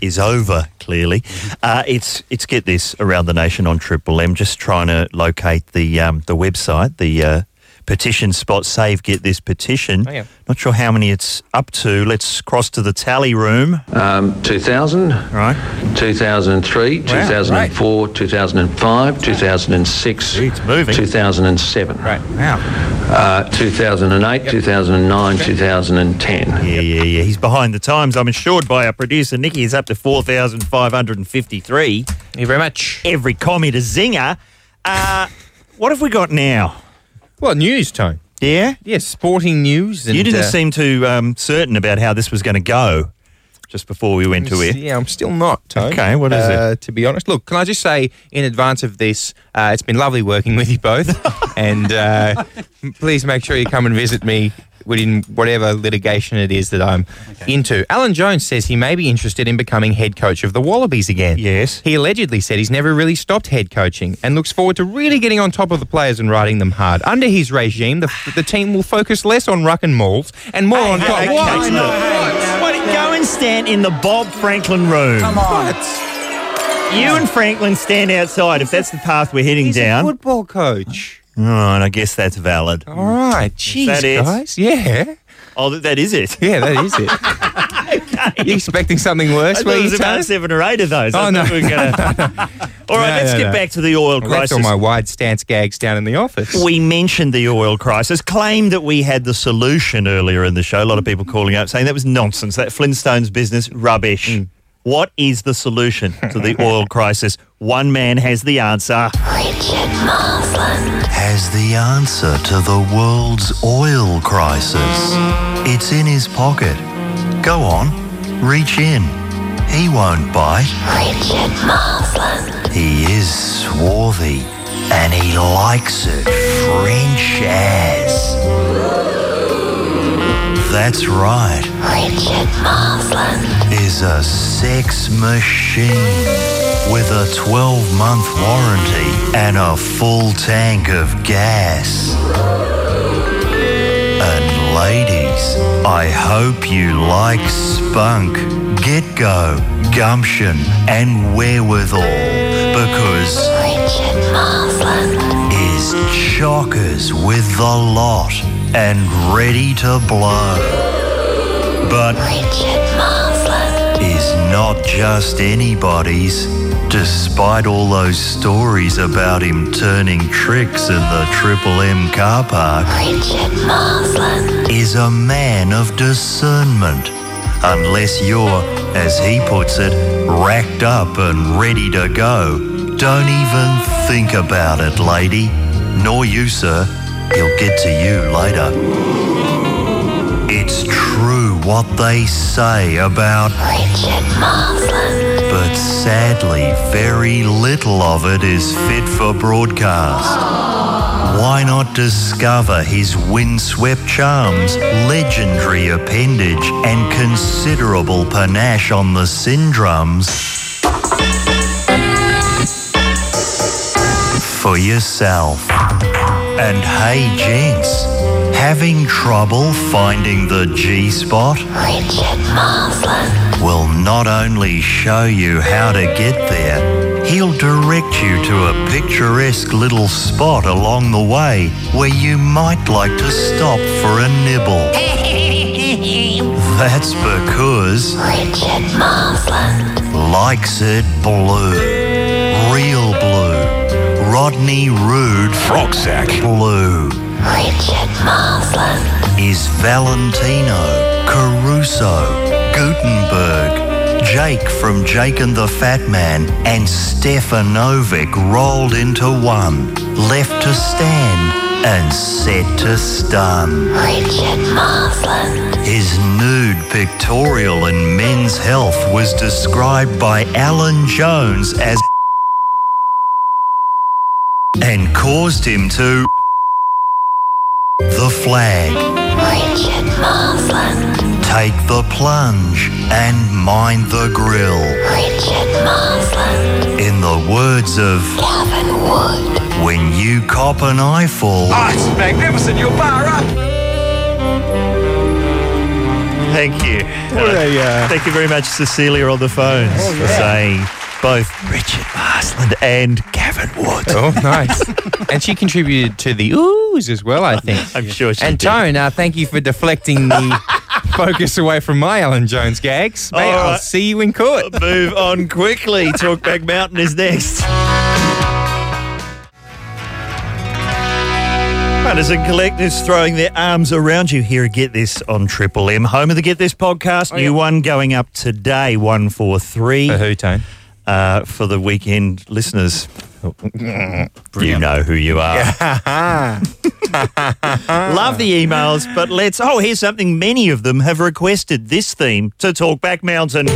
Speaker 1: is over. Clearly,
Speaker 15: Mm-hmm.
Speaker 1: uh, it's it's get this around the nation on Triple M. Just trying to locate the um, the website, the uh, petition spot. Save get this petition.
Speaker 15: Oh, yeah.
Speaker 1: Not sure how many it's up to. Let's cross to the tally room.
Speaker 15: Um, 2000,
Speaker 1: right.
Speaker 15: 2003,
Speaker 1: Wow,
Speaker 15: 2004, 2005, 2006, 2007. Right,
Speaker 1: wow.
Speaker 15: Uh, 2008, 2009, 2010.
Speaker 1: Yeah, yeah, yeah. He's behind the times. I'm assured by our producer Nikki. He's up to four thousand five hundred and fifty-three. Thank you very much. Every comment a zinger. Uh, what have we got now?
Speaker 13: Well, news tone.
Speaker 1: Yeah.
Speaker 13: Yeah, sporting news.
Speaker 1: you didn't
Speaker 13: uh,
Speaker 1: seem too um, certain about how this was going to go just before we went to air.
Speaker 13: Yeah, I'm still not.
Speaker 1: Tony. Okay, what is it?
Speaker 13: uh, To be honest, look, can I just say in advance of this, uh, it's been lovely working with you
Speaker 1: *laughs*
Speaker 13: both, and uh, please make sure you come and visit me within whatever litigation it is that I'm into. Alan Jones says he may be interested in becoming head coach of the Wallabies again.
Speaker 1: Yes,
Speaker 13: he allegedly said he's never really stopped head coaching and looks forward to really getting on top of the players and riding them hard. Under his regime, the, the team will focus less on ruck and mauls and more on top.
Speaker 1: Okay, look. What- Go and stand in the Bob Franklin room. Come on. You and Franklin stand outside if that's the path we're heading down.
Speaker 13: football coach.
Speaker 1: All right, I guess that's valid.
Speaker 13: All right, jeez,
Speaker 1: that it?
Speaker 13: guys, yeah.
Speaker 3: *laughs*
Speaker 1: Oh, th- that is it. *laughs*
Speaker 13: Yeah, that is it.
Speaker 12: you expecting something worse?
Speaker 1: I thought
Speaker 12: were
Speaker 1: it
Speaker 12: you,
Speaker 1: was
Speaker 12: Tony?
Speaker 1: about seven or eight of those. I
Speaker 12: Oh, no.
Speaker 1: thought we were
Speaker 12: *laughs*
Speaker 1: gonna- All right,
Speaker 12: No,
Speaker 1: let's
Speaker 12: no,
Speaker 1: get
Speaker 12: no.
Speaker 1: back to the oil
Speaker 12: Well, that's
Speaker 1: crisis.
Speaker 12: all my wide stance gags down in the office.
Speaker 1: We mentioned the oil crisis, claimed that we had the solution earlier in the show. A lot of people calling up saying that was nonsense. That Flintstones business, rubbish.
Speaker 12: Hmm.
Speaker 1: What is the solution to
Speaker 12: *laughs*
Speaker 1: the oil crisis? One man has the answer.
Speaker 14: Richard Marsland.
Speaker 16: has the answer to the world's oil crisis. It's in his pocket. Go on, reach in. He won't bite.
Speaker 14: Richard Marsland.
Speaker 16: He is swarthy and he likes it French ass. That's right.
Speaker 14: Richard Marsland.
Speaker 16: Is a sex machine with a 12 month warranty and a full tank of gas. And ladies, I hope you like spunk, get go, gumption, and wherewithal because
Speaker 14: Richard Marsland.
Speaker 16: is chockers with the lot and ready to blow. But
Speaker 14: Richard Marsland.
Speaker 16: is not just anybody's, despite all those stories about him turning tricks in the Triple M car park.
Speaker 14: Richard Marsland.
Speaker 16: is a man of discernment, unless you're, as he puts it, racked up and ready to go. Don't even think about it, lady. Nor you, sir. He'll get to you later. It's true what they say about
Speaker 14: Richard Marsland.
Speaker 16: but sadly, very little of it is fit for broadcast. Why not discover his windswept charms, legendary appendage, and considerable panache on the syndromes for yourself? And hey, gents, having trouble finding the G spot?
Speaker 14: Richard Marsland.
Speaker 16: will not only show you how to get there, he'll direct you to a picturesque little spot along the way where you might like to stop for a nibble. That's because
Speaker 14: Richard Marsland.
Speaker 16: likes it blue. Real blue. Rodney Rude Frogsack Blue
Speaker 14: Richard Marsland.
Speaker 16: is Valentino, Caruso, Gutenberg, Jake from Jake and the Fat Man, and Stefanovic rolled into one, left to stand and set to stun.
Speaker 14: Richard Marsland.
Speaker 16: His nude pictorial in Men's Health was described by Alan Jones as and caused him to the flag.
Speaker 14: Richard Marsland.
Speaker 16: Take the plunge and mind the grill.
Speaker 14: Richard Marsland.
Speaker 16: In the words of
Speaker 14: Gavin Wood.
Speaker 16: When You Cop an Eyeful,
Speaker 14: it's magnificent. You're bar up.
Speaker 1: Thank you. Uh, Thank you very much, Cecilia, on the phones for saying both Richard Marsland and Gavin Wood.
Speaker 3: *laughs* Oh, nice. and she contributed to the oohs as well, I think. I'm
Speaker 1: sure she
Speaker 3: And
Speaker 1: did.
Speaker 3: Tone, uh, thank you for
Speaker 1: *laughs*
Speaker 3: deflecting the focus away from my Alan Jones gags. Mate,
Speaker 1: All
Speaker 3: I'll
Speaker 1: right.
Speaker 3: see you in court.
Speaker 1: Move
Speaker 3: *laughs*
Speaker 1: on quickly. Talkback Mountain is next. Hunters and collectors throwing their arms around you here. at Get this on Triple M, home of the Get This podcast. New one going up today, one four three. For
Speaker 3: who, Tone?
Speaker 1: Uh, for the weekend listeners. You
Speaker 3: Brilliant.
Speaker 1: know who *laughs* you are. *laughs* Love the emails, but let's. Oh, here's something many of them have requested this theme to Talkback Mountain.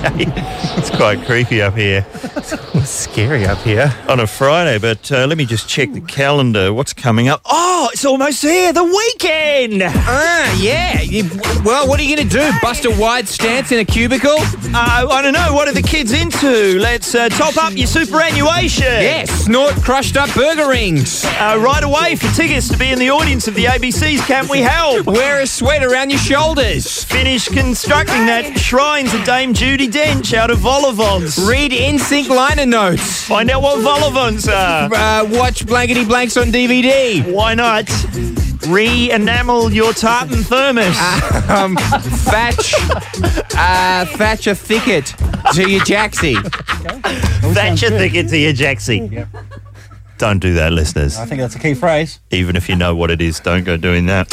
Speaker 1: okay. It's quite creepy up here. It's scary up here on a Friday, but uh, let me just check the calendar. What's coming up? Oh, it's almost here. The weekend.
Speaker 3: Ah, yeah. You- well, what are you going to do? Bust a wide stance in a cubicle?
Speaker 1: Uh, I don't know. What are the kids into? Let's uh, top up your superannuation.
Speaker 3: Yes, snort crushed up burger rings.
Speaker 1: Uh, right away for tickets to be in the audience of the ABC's Can We Help?
Speaker 3: Wear a sweater around your shoulders.
Speaker 1: Finish constructing that shrine to Dame Judy Dench out of Volivants.
Speaker 3: Read NSYNC liner notes.
Speaker 1: Find out what Volivants are.
Speaker 3: *laughs* Uh, watch Blankety Blanks on DVD.
Speaker 1: Why not? Re-enamel your tartan thermos.
Speaker 3: *laughs* Um, thatch, uh, thatch a thicket to your jacksy.
Speaker 1: That's your ticket to your jacksy. Don't do that, listeners.
Speaker 5: I think that's a key phrase.
Speaker 1: Even if you know what it is, don't go doing that.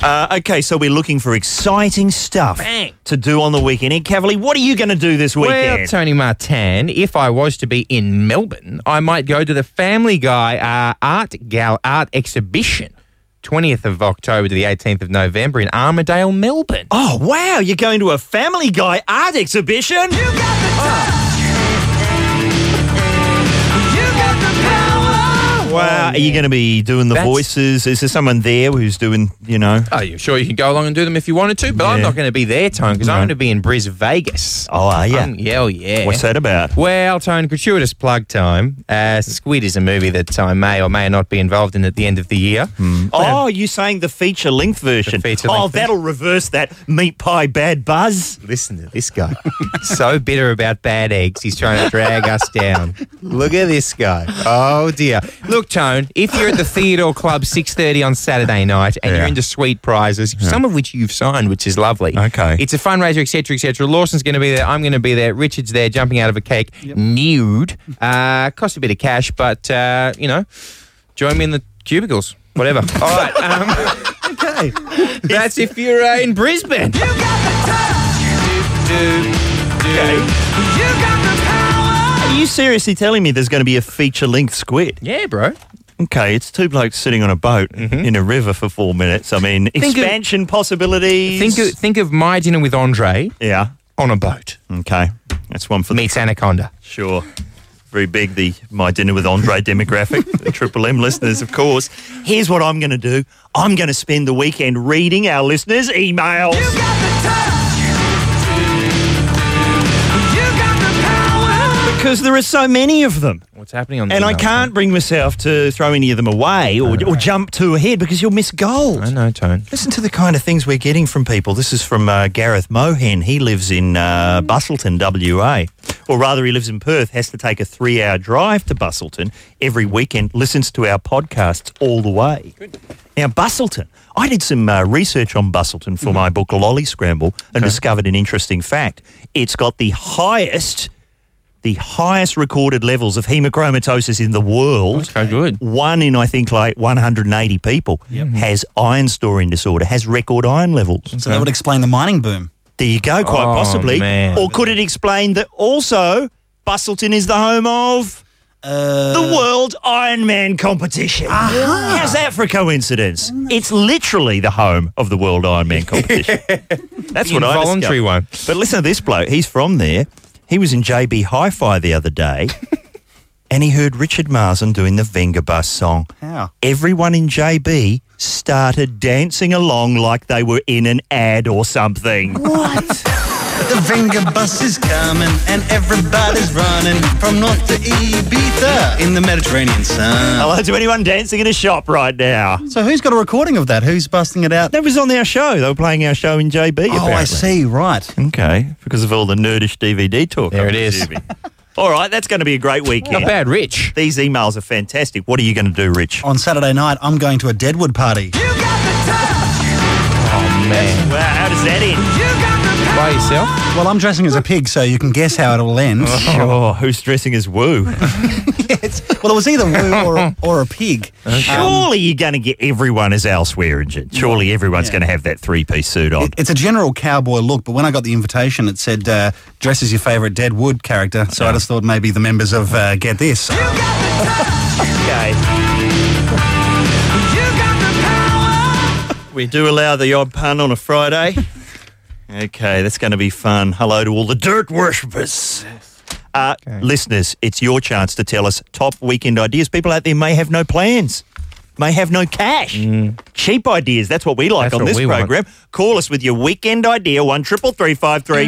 Speaker 1: Uh, okay, so we're looking for exciting stuff to do on the weekend. Ed Cavalier, what are you going to do this weekend?
Speaker 3: Well, Tony Martin, if I was to be in Melbourne, I might go to the Family Guy uh, art gal art exhibition, twentieth of October to the eighteenth of November in Armadale, Melbourne.
Speaker 1: Oh, wow, you're going to a Family Guy art exhibition? You got the Wow, are you going to be doing the
Speaker 3: Oh, That's-
Speaker 1: voices? Is there someone there who's doing, you know?
Speaker 3: Oh, you sure you can go along and do them if you wanted to, but I'm
Speaker 1: Yeah.
Speaker 3: not going to be there, Tone, because I'm
Speaker 1: No.
Speaker 3: going to be in Bris Vegas.
Speaker 1: Oh, are you?
Speaker 3: Um, yeah, oh, yeah.
Speaker 1: What's that about?
Speaker 3: Well, Tone, gratuitous plug time. Uh, Squid is a movie that I may or may not be involved in at the end of the year. um,
Speaker 1: Oh, you saying the feature length version? oh,
Speaker 3: feature-length
Speaker 1: that'll reverse that meat pie bad buzz.
Speaker 3: Listen to this guy. *laughs* so bitter about bad eggs, he's trying to drag us down. Look at this guy. Oh dear. Look, Tone, if you're at the Theodore Club 6:30 on Saturday night and you're into sweet prizes, some of which you've signed, which is lovely.
Speaker 1: Okay.
Speaker 3: It's a fundraiser, etc., cetera, etc. Lawson's going to be there. I'm going to be there. Richard's there, jumping out of a cake, nude. Uh, costs a bit of cash, but uh, you know, join me in the cubicles. Whatever.
Speaker 1: *laughs*
Speaker 3: All right. Um,
Speaker 5: Okay.
Speaker 3: that's if you're uh, in Brisbane.
Speaker 1: *laughs* Are you seriously telling me there's going to be a feature length squid?
Speaker 3: Yeah, bro. Mm-hmm.
Speaker 1: Okay, it's two blokes sitting on a boat in a river for four minutes. I mean,
Speaker 3: Think of-
Speaker 1: expansion possibilities.
Speaker 3: Think of, think of my dinner with Andre
Speaker 1: yeah.
Speaker 3: on a boat.
Speaker 1: Okay, that's one for the
Speaker 3: Meets Anaconda.
Speaker 1: Sure. Very big, the My Dinner with Andre demographic, *laughs* the Triple M listeners, of course. Here's what I'm going to do I'm going to spend the weekend reading our listeners' emails. Because there are so many of them.
Speaker 3: What's happening on? the
Speaker 1: And I
Speaker 3: email?
Speaker 1: can't bring myself to throw any of them away or, or jump too ahead because you'll miss gold.
Speaker 3: I know, Tone.
Speaker 1: Listen to the kind of things we're getting from people. This is from uh, Gareth Mohan. He lives in uh, Bustleton, WA. Or rather, he lives in Perth, has to take a three hour drive to Bustleton every weekend, listens to our podcasts all the way. Now, Bustleton, I did some uh, research on Bustleton
Speaker 3: Mm-hmm.
Speaker 1: for my book Lolly Scramble and discovered an interesting fact. It's got the highest. The highest recorded levels of hemochromatosis in the world
Speaker 3: Okay, good. Mm-hmm.
Speaker 1: one in I think like 180 people has iron storing disorder, has record iron levels.
Speaker 5: So that would explain the mining boom.
Speaker 1: There you go, quite
Speaker 3: Oh,
Speaker 1: possibly.
Speaker 3: man.
Speaker 1: Or could it explain that also Bustleton is the home of
Speaker 5: Uh,
Speaker 1: the World Ironman competition? How's that for a coincidence? It's literally the home of the World Ironman
Speaker 3: *laughs*
Speaker 1: competition. That's what I
Speaker 3: Involuntary
Speaker 1: discovered.
Speaker 3: one.
Speaker 1: But listen to this bloke. He's from there. He was in JB Hi-Fi the other
Speaker 3: *laughs*
Speaker 1: day, and he heard Richard Marsden doing the Vengerbus song.
Speaker 5: How?
Speaker 1: Everyone in JB started dancing along like they were in an ad or something.
Speaker 5: The Venga bus is coming and everybody's running from north to Ibiza in the Mediterranean sun.
Speaker 1: Hello to anyone dancing in a shop right now.
Speaker 5: So who's got a recording of that? Who's busting it out?
Speaker 1: That was on our show. They were playing our show in JB.
Speaker 5: Oh, I see. Right.
Speaker 1: Hmm. Okay, because of all the nerdish DVD talk.
Speaker 3: There
Speaker 1: I'm
Speaker 3: it is.
Speaker 1: assuming. *laughs* all right, that's going to be a great weekend.
Speaker 3: Not bad, Rich.
Speaker 1: These emails are fantastic. What are you going to do, Rich?
Speaker 5: On Saturday night, I'm going to a Deadwood party.
Speaker 1: Oh,
Speaker 3: Man,
Speaker 1: Wow, how does that end?
Speaker 3: by yourself.
Speaker 5: Well, I'm dressing as a pig, so you can guess how it'll end.
Speaker 1: Oh, Sure, who's dressing as
Speaker 5: *laughs*
Speaker 1: Woo?
Speaker 5: Well, it was either woo or, or a pig.
Speaker 1: Surely you're going to get everyone as elsewhere, Injun. Surely everyone's going to have that three piece suit on.
Speaker 5: It- It's a general cowboy look, but when I got the invitation, it said uh, dress as your favourite Deadwood character. So I just thought maybe the members of uh, Get This.
Speaker 1: okay. We do allow the odd pun on a Friday. okay, that's going to be fun. Hello to all the dirt worshippers. Uh, Listeners, it's your chance to tell us top weekend ideas. People out there may have no plans, may have no cash. Cheap ideas. That's what we like
Speaker 3: Mm. That's
Speaker 1: on
Speaker 3: what
Speaker 1: this
Speaker 3: we want.
Speaker 1: program. Call us with your weekend idea. One triple three five three.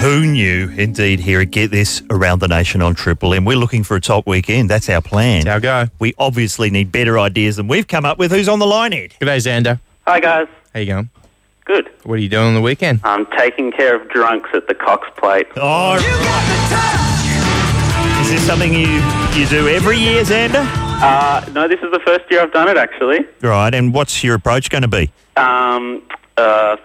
Speaker 1: Who knew? Indeed, here at Get This Around the Nation on Triple M. We're looking for a top weekend. That's our plan. That's our go. We obviously need better ideas than we've come up with. Who's on the line, Ed?
Speaker 3: G'day, Xander.
Speaker 17: Hi, guys.
Speaker 3: How you going?
Speaker 17: Good.
Speaker 3: What are you doing on the weekend?
Speaker 17: I'm taking care of drunks at the Cox Plate.
Speaker 1: Oh. Is this something you, you do every year, Xander?
Speaker 17: Uh, no, this is the first year I've done it, actually.
Speaker 1: Right, and what's your approach going to be?
Speaker 17: Um, uh,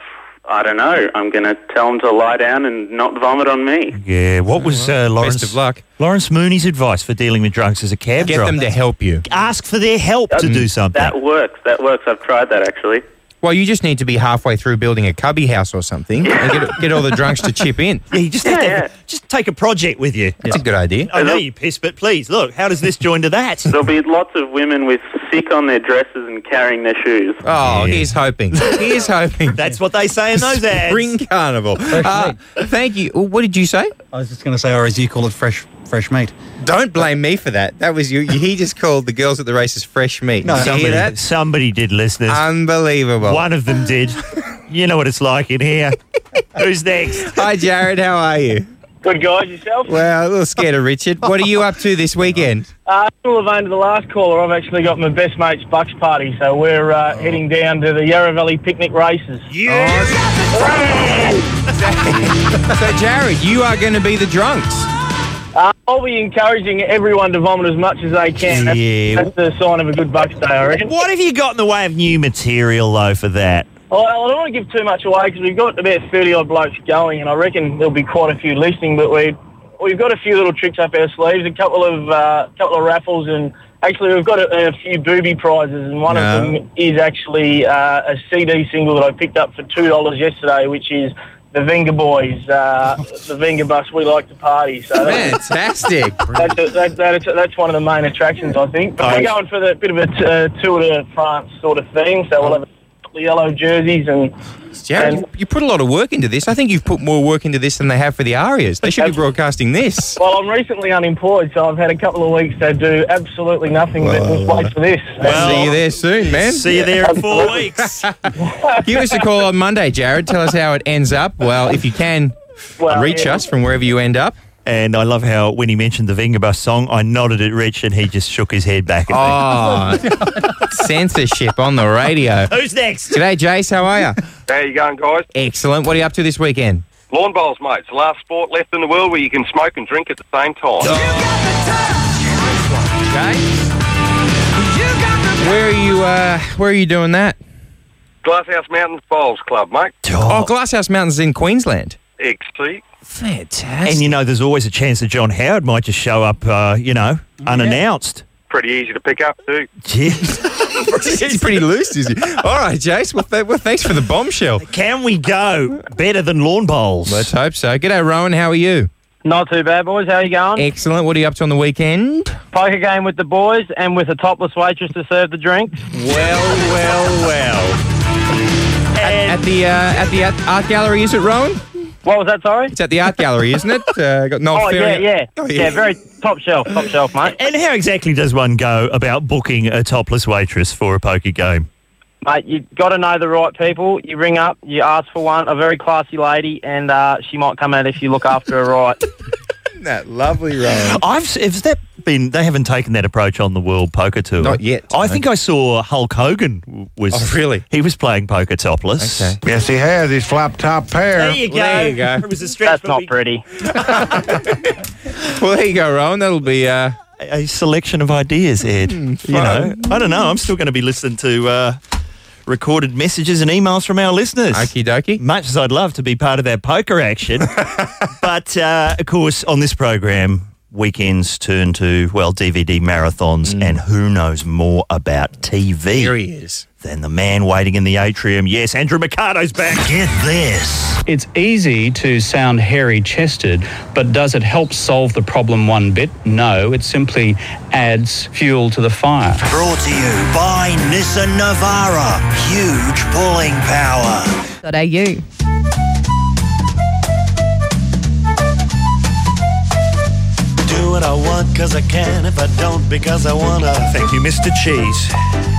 Speaker 17: I don't know. I'm going to tell them to lie down and not vomit on me.
Speaker 1: Yeah, what was uh, Lawrence?
Speaker 17: of
Speaker 1: luck. Lawrence Mooney's advice for dealing with drunks as a cab
Speaker 17: Get
Speaker 1: driver.
Speaker 17: them to
Speaker 3: help you.
Speaker 1: Ask for their help to do something.
Speaker 17: That works. That works. I've tried that, actually.
Speaker 3: Well, you just need to be halfway through building a cubby house or something and get, get all the drunks to chip in.
Speaker 1: Yeah, you just have to- just take a project with you.
Speaker 3: That's a good idea.
Speaker 1: I know you piss, but please look. How does this join to that?
Speaker 17: *laughs* There'll be lots of women with sick on their dresses and carrying their shoes.
Speaker 3: Oh, he's hoping. He's hoping.
Speaker 1: That's what they say in those ads.
Speaker 3: Spring carnival. Uh, thank you. Well, What did you say?
Speaker 5: I was just going to say, or as you call it, fresh fresh meat.
Speaker 3: Don't blame me for that. That was you. He just called the girls at the races fresh meat.
Speaker 1: No,
Speaker 3: Did you
Speaker 1: somebody,
Speaker 3: hear that?
Speaker 1: somebody did, listeners.
Speaker 3: Unbelievable.
Speaker 1: One of them
Speaker 3: *laughs*
Speaker 1: did. you know what it's like in here. Who's next?
Speaker 3: *laughs* Hi, Jared. How are you?
Speaker 18: Good guys, yourself?
Speaker 3: Well, a little scared of Richard. What are you up to this weekend?
Speaker 18: Uh, similar vein to the last caller, I've actually got my best mate's bucks party, so we're
Speaker 3: Oh.
Speaker 18: uh, heading down to the Yarra Valley picnic races.
Speaker 3: *laughs* so, Jared, you are going to be the drunks.
Speaker 18: Uh, I'll be encouraging everyone to vomit as much as they can. That's,
Speaker 1: Yeah.
Speaker 18: that's the sign of a good bucks day, I reckon.
Speaker 1: What have you got in the way of new material though for that?
Speaker 18: Well, Oh, I don't want to give too much away because we've got about 30 odd blokes going, and I reckon there'll be quite a few listening. But we we've got a few little tricks up our sleeves, a couple of uh, couple of raffles, and actually we've got a, a few booby prizes, and one
Speaker 3: No.
Speaker 18: of them is actually uh, a CD single that I picked up for two dollars yesterday, which is. The Venga Boys, uh, the Venga Bus, we like to party. So that's,
Speaker 3: Fantastic.
Speaker 18: *laughs* that's, that, that, that's one of the main attractions, I think. But we're
Speaker 3: Nice.
Speaker 18: going for the bit of a t- uh, tour de France sort of thing, so we'll have the yellow jerseys and
Speaker 3: Jared, you, you put a lot of work into this. I think you've put more work into this than they have for the Arias. They should be broadcasting this.
Speaker 18: *laughs* Well, I'm recently unemployed, so I've had a couple of weeks to do absolutely nothing but just wait for this.
Speaker 3: see you there soon, man.
Speaker 18: See you there in four
Speaker 1: weeks.
Speaker 3: *laughs* Give us a call on Monday, Jared. Tell us how it ends up. Well, if you can, reach us from wherever you end up.
Speaker 1: And I love how when he mentioned the Vingerbus song, I nodded at Rich and he just shook his head back
Speaker 3: at me. Oh, *laughs* Censorship on the
Speaker 19: *laughs*
Speaker 3: radio.
Speaker 1: Who's next?
Speaker 3: G'day, Jace. How are you?
Speaker 19: How you going, guys?
Speaker 3: Excellent. What are you up to this weekend?
Speaker 19: Lawn bowls, mate. It's the last sport left in the world where you can smoke and drink at the same time.
Speaker 3: Where are you? Uh, where are you doing that?
Speaker 19: Glasshouse Mountains Bowls Club, mate.
Speaker 3: Oh, Glasshouse Mountains in Queensland.
Speaker 19: XT.
Speaker 1: And you know, there's always a chance that John Howard might just show up, uh, you know, unannounced.
Speaker 19: Pretty easy to pick up, too.
Speaker 3: *laughs* He's pretty loose, is he? All right, Jace. Well, th- well, thanks for the bombshell.
Speaker 1: Can we go better than lawn bowls?
Speaker 3: Let's hope so. G'day, Rowan. How are you?
Speaker 18: Not too bad, boys. How you going?
Speaker 3: Excellent. What are you up to on the weekend?
Speaker 18: Poker game with the boys and with a topless waitress to serve the drinks.
Speaker 3: Well, well, well. At, at the uh, at the art- art gallery, is it, Rowan?
Speaker 18: What was that? Sorry.
Speaker 3: It's at the art gallery, isn't it? Uh, got Noel
Speaker 18: oh, yeah,
Speaker 3: Ferrier-
Speaker 18: yeah.
Speaker 3: Oh,
Speaker 18: yeah. very top shelf, top shelf, mate.
Speaker 1: And how exactly does one go about booking a topless waitress for a poker game?
Speaker 18: Mate, you've got to know the right people. You ring up, you ask for one, a very classy lady, and uh, she might come out if you look after her
Speaker 3: *laughs*
Speaker 18: right.
Speaker 3: that lovely round.
Speaker 1: I've s- has that been? They haven't taken that approach on the World Poker Tour,
Speaker 3: Not yet.
Speaker 1: I think I saw Hulk Hogan w- was
Speaker 3: Oh, really?
Speaker 1: He was playing poker topless. Okay.
Speaker 20: Yes, he has his flop top pair.
Speaker 1: There you go.
Speaker 3: There you go.
Speaker 1: It was a stretch. That's not
Speaker 18: pretty.
Speaker 3: *laughs* Well, there you go, Rowan. That'll be uh, Hmm,
Speaker 1: a selection of ideas, Ed. you know, I don't know. I'm still going to be listening to uh, recorded messages and emails from our listeners. Okie
Speaker 3: dokie.
Speaker 1: Much as I'd love to be part of that poker action,
Speaker 3: *laughs*
Speaker 1: but uh, of course, on this program. Weekends turn to, well, DVD marathons, and who knows more about TV Here
Speaker 3: Hmm. he is.
Speaker 1: than the man waiting in the atrium. Yes, Andrew Mercado's back. Get this.
Speaker 21: It's easy to sound hairy chested, but does it help solve the problem one bit? No, it simply adds fuel to the fire.
Speaker 16: Brought to you by Nissan Navara. Huge pulling power.
Speaker 22: au.
Speaker 23: what I want cause I can if I don't because I wanna.
Speaker 1: Thank you, Mr. Cheese.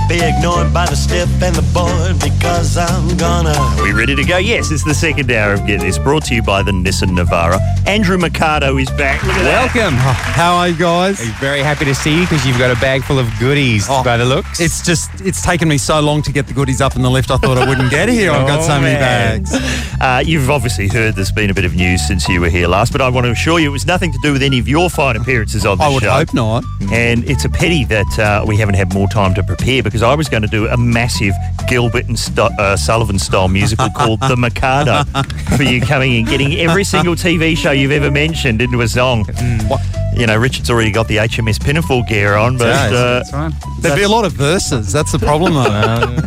Speaker 23: Be ignored by the stiff and the bored because I'm gonna.
Speaker 1: Are we ready to go? Yes, it's the second hour of Get This, brought to you by the Nissan Navara. Andrew Mercado is back. Look at that.
Speaker 24: Welcome. How are you guys? very happy to see you because you've got a bag full of goodies by the looks. It's just, it's taken me so long to get the goodies up in the lift. I thought I wouldn't get here. I've got so
Speaker 1: Oh,
Speaker 24: many
Speaker 1: man.
Speaker 24: bags.
Speaker 1: Uh, you've obviously heard there's been a bit of news since you were here last, but I want to assure you it was nothing to do with any of your fine appearances on the show.
Speaker 24: I would hope not.
Speaker 1: And it's a pity that uh, we haven't had more time to prepare because I was going to do a massive Gilbert and Sto- uh, Sullivan style musical called The Mikado for you coming and getting every single TV show you've ever mentioned into a song.
Speaker 24: Mm.
Speaker 1: You know, Richard's already got the HMS Pinafore gear on, but.
Speaker 24: Yeah,
Speaker 1: uh,
Speaker 24: that's right. There'd be a lot of verses. That's the problem, though.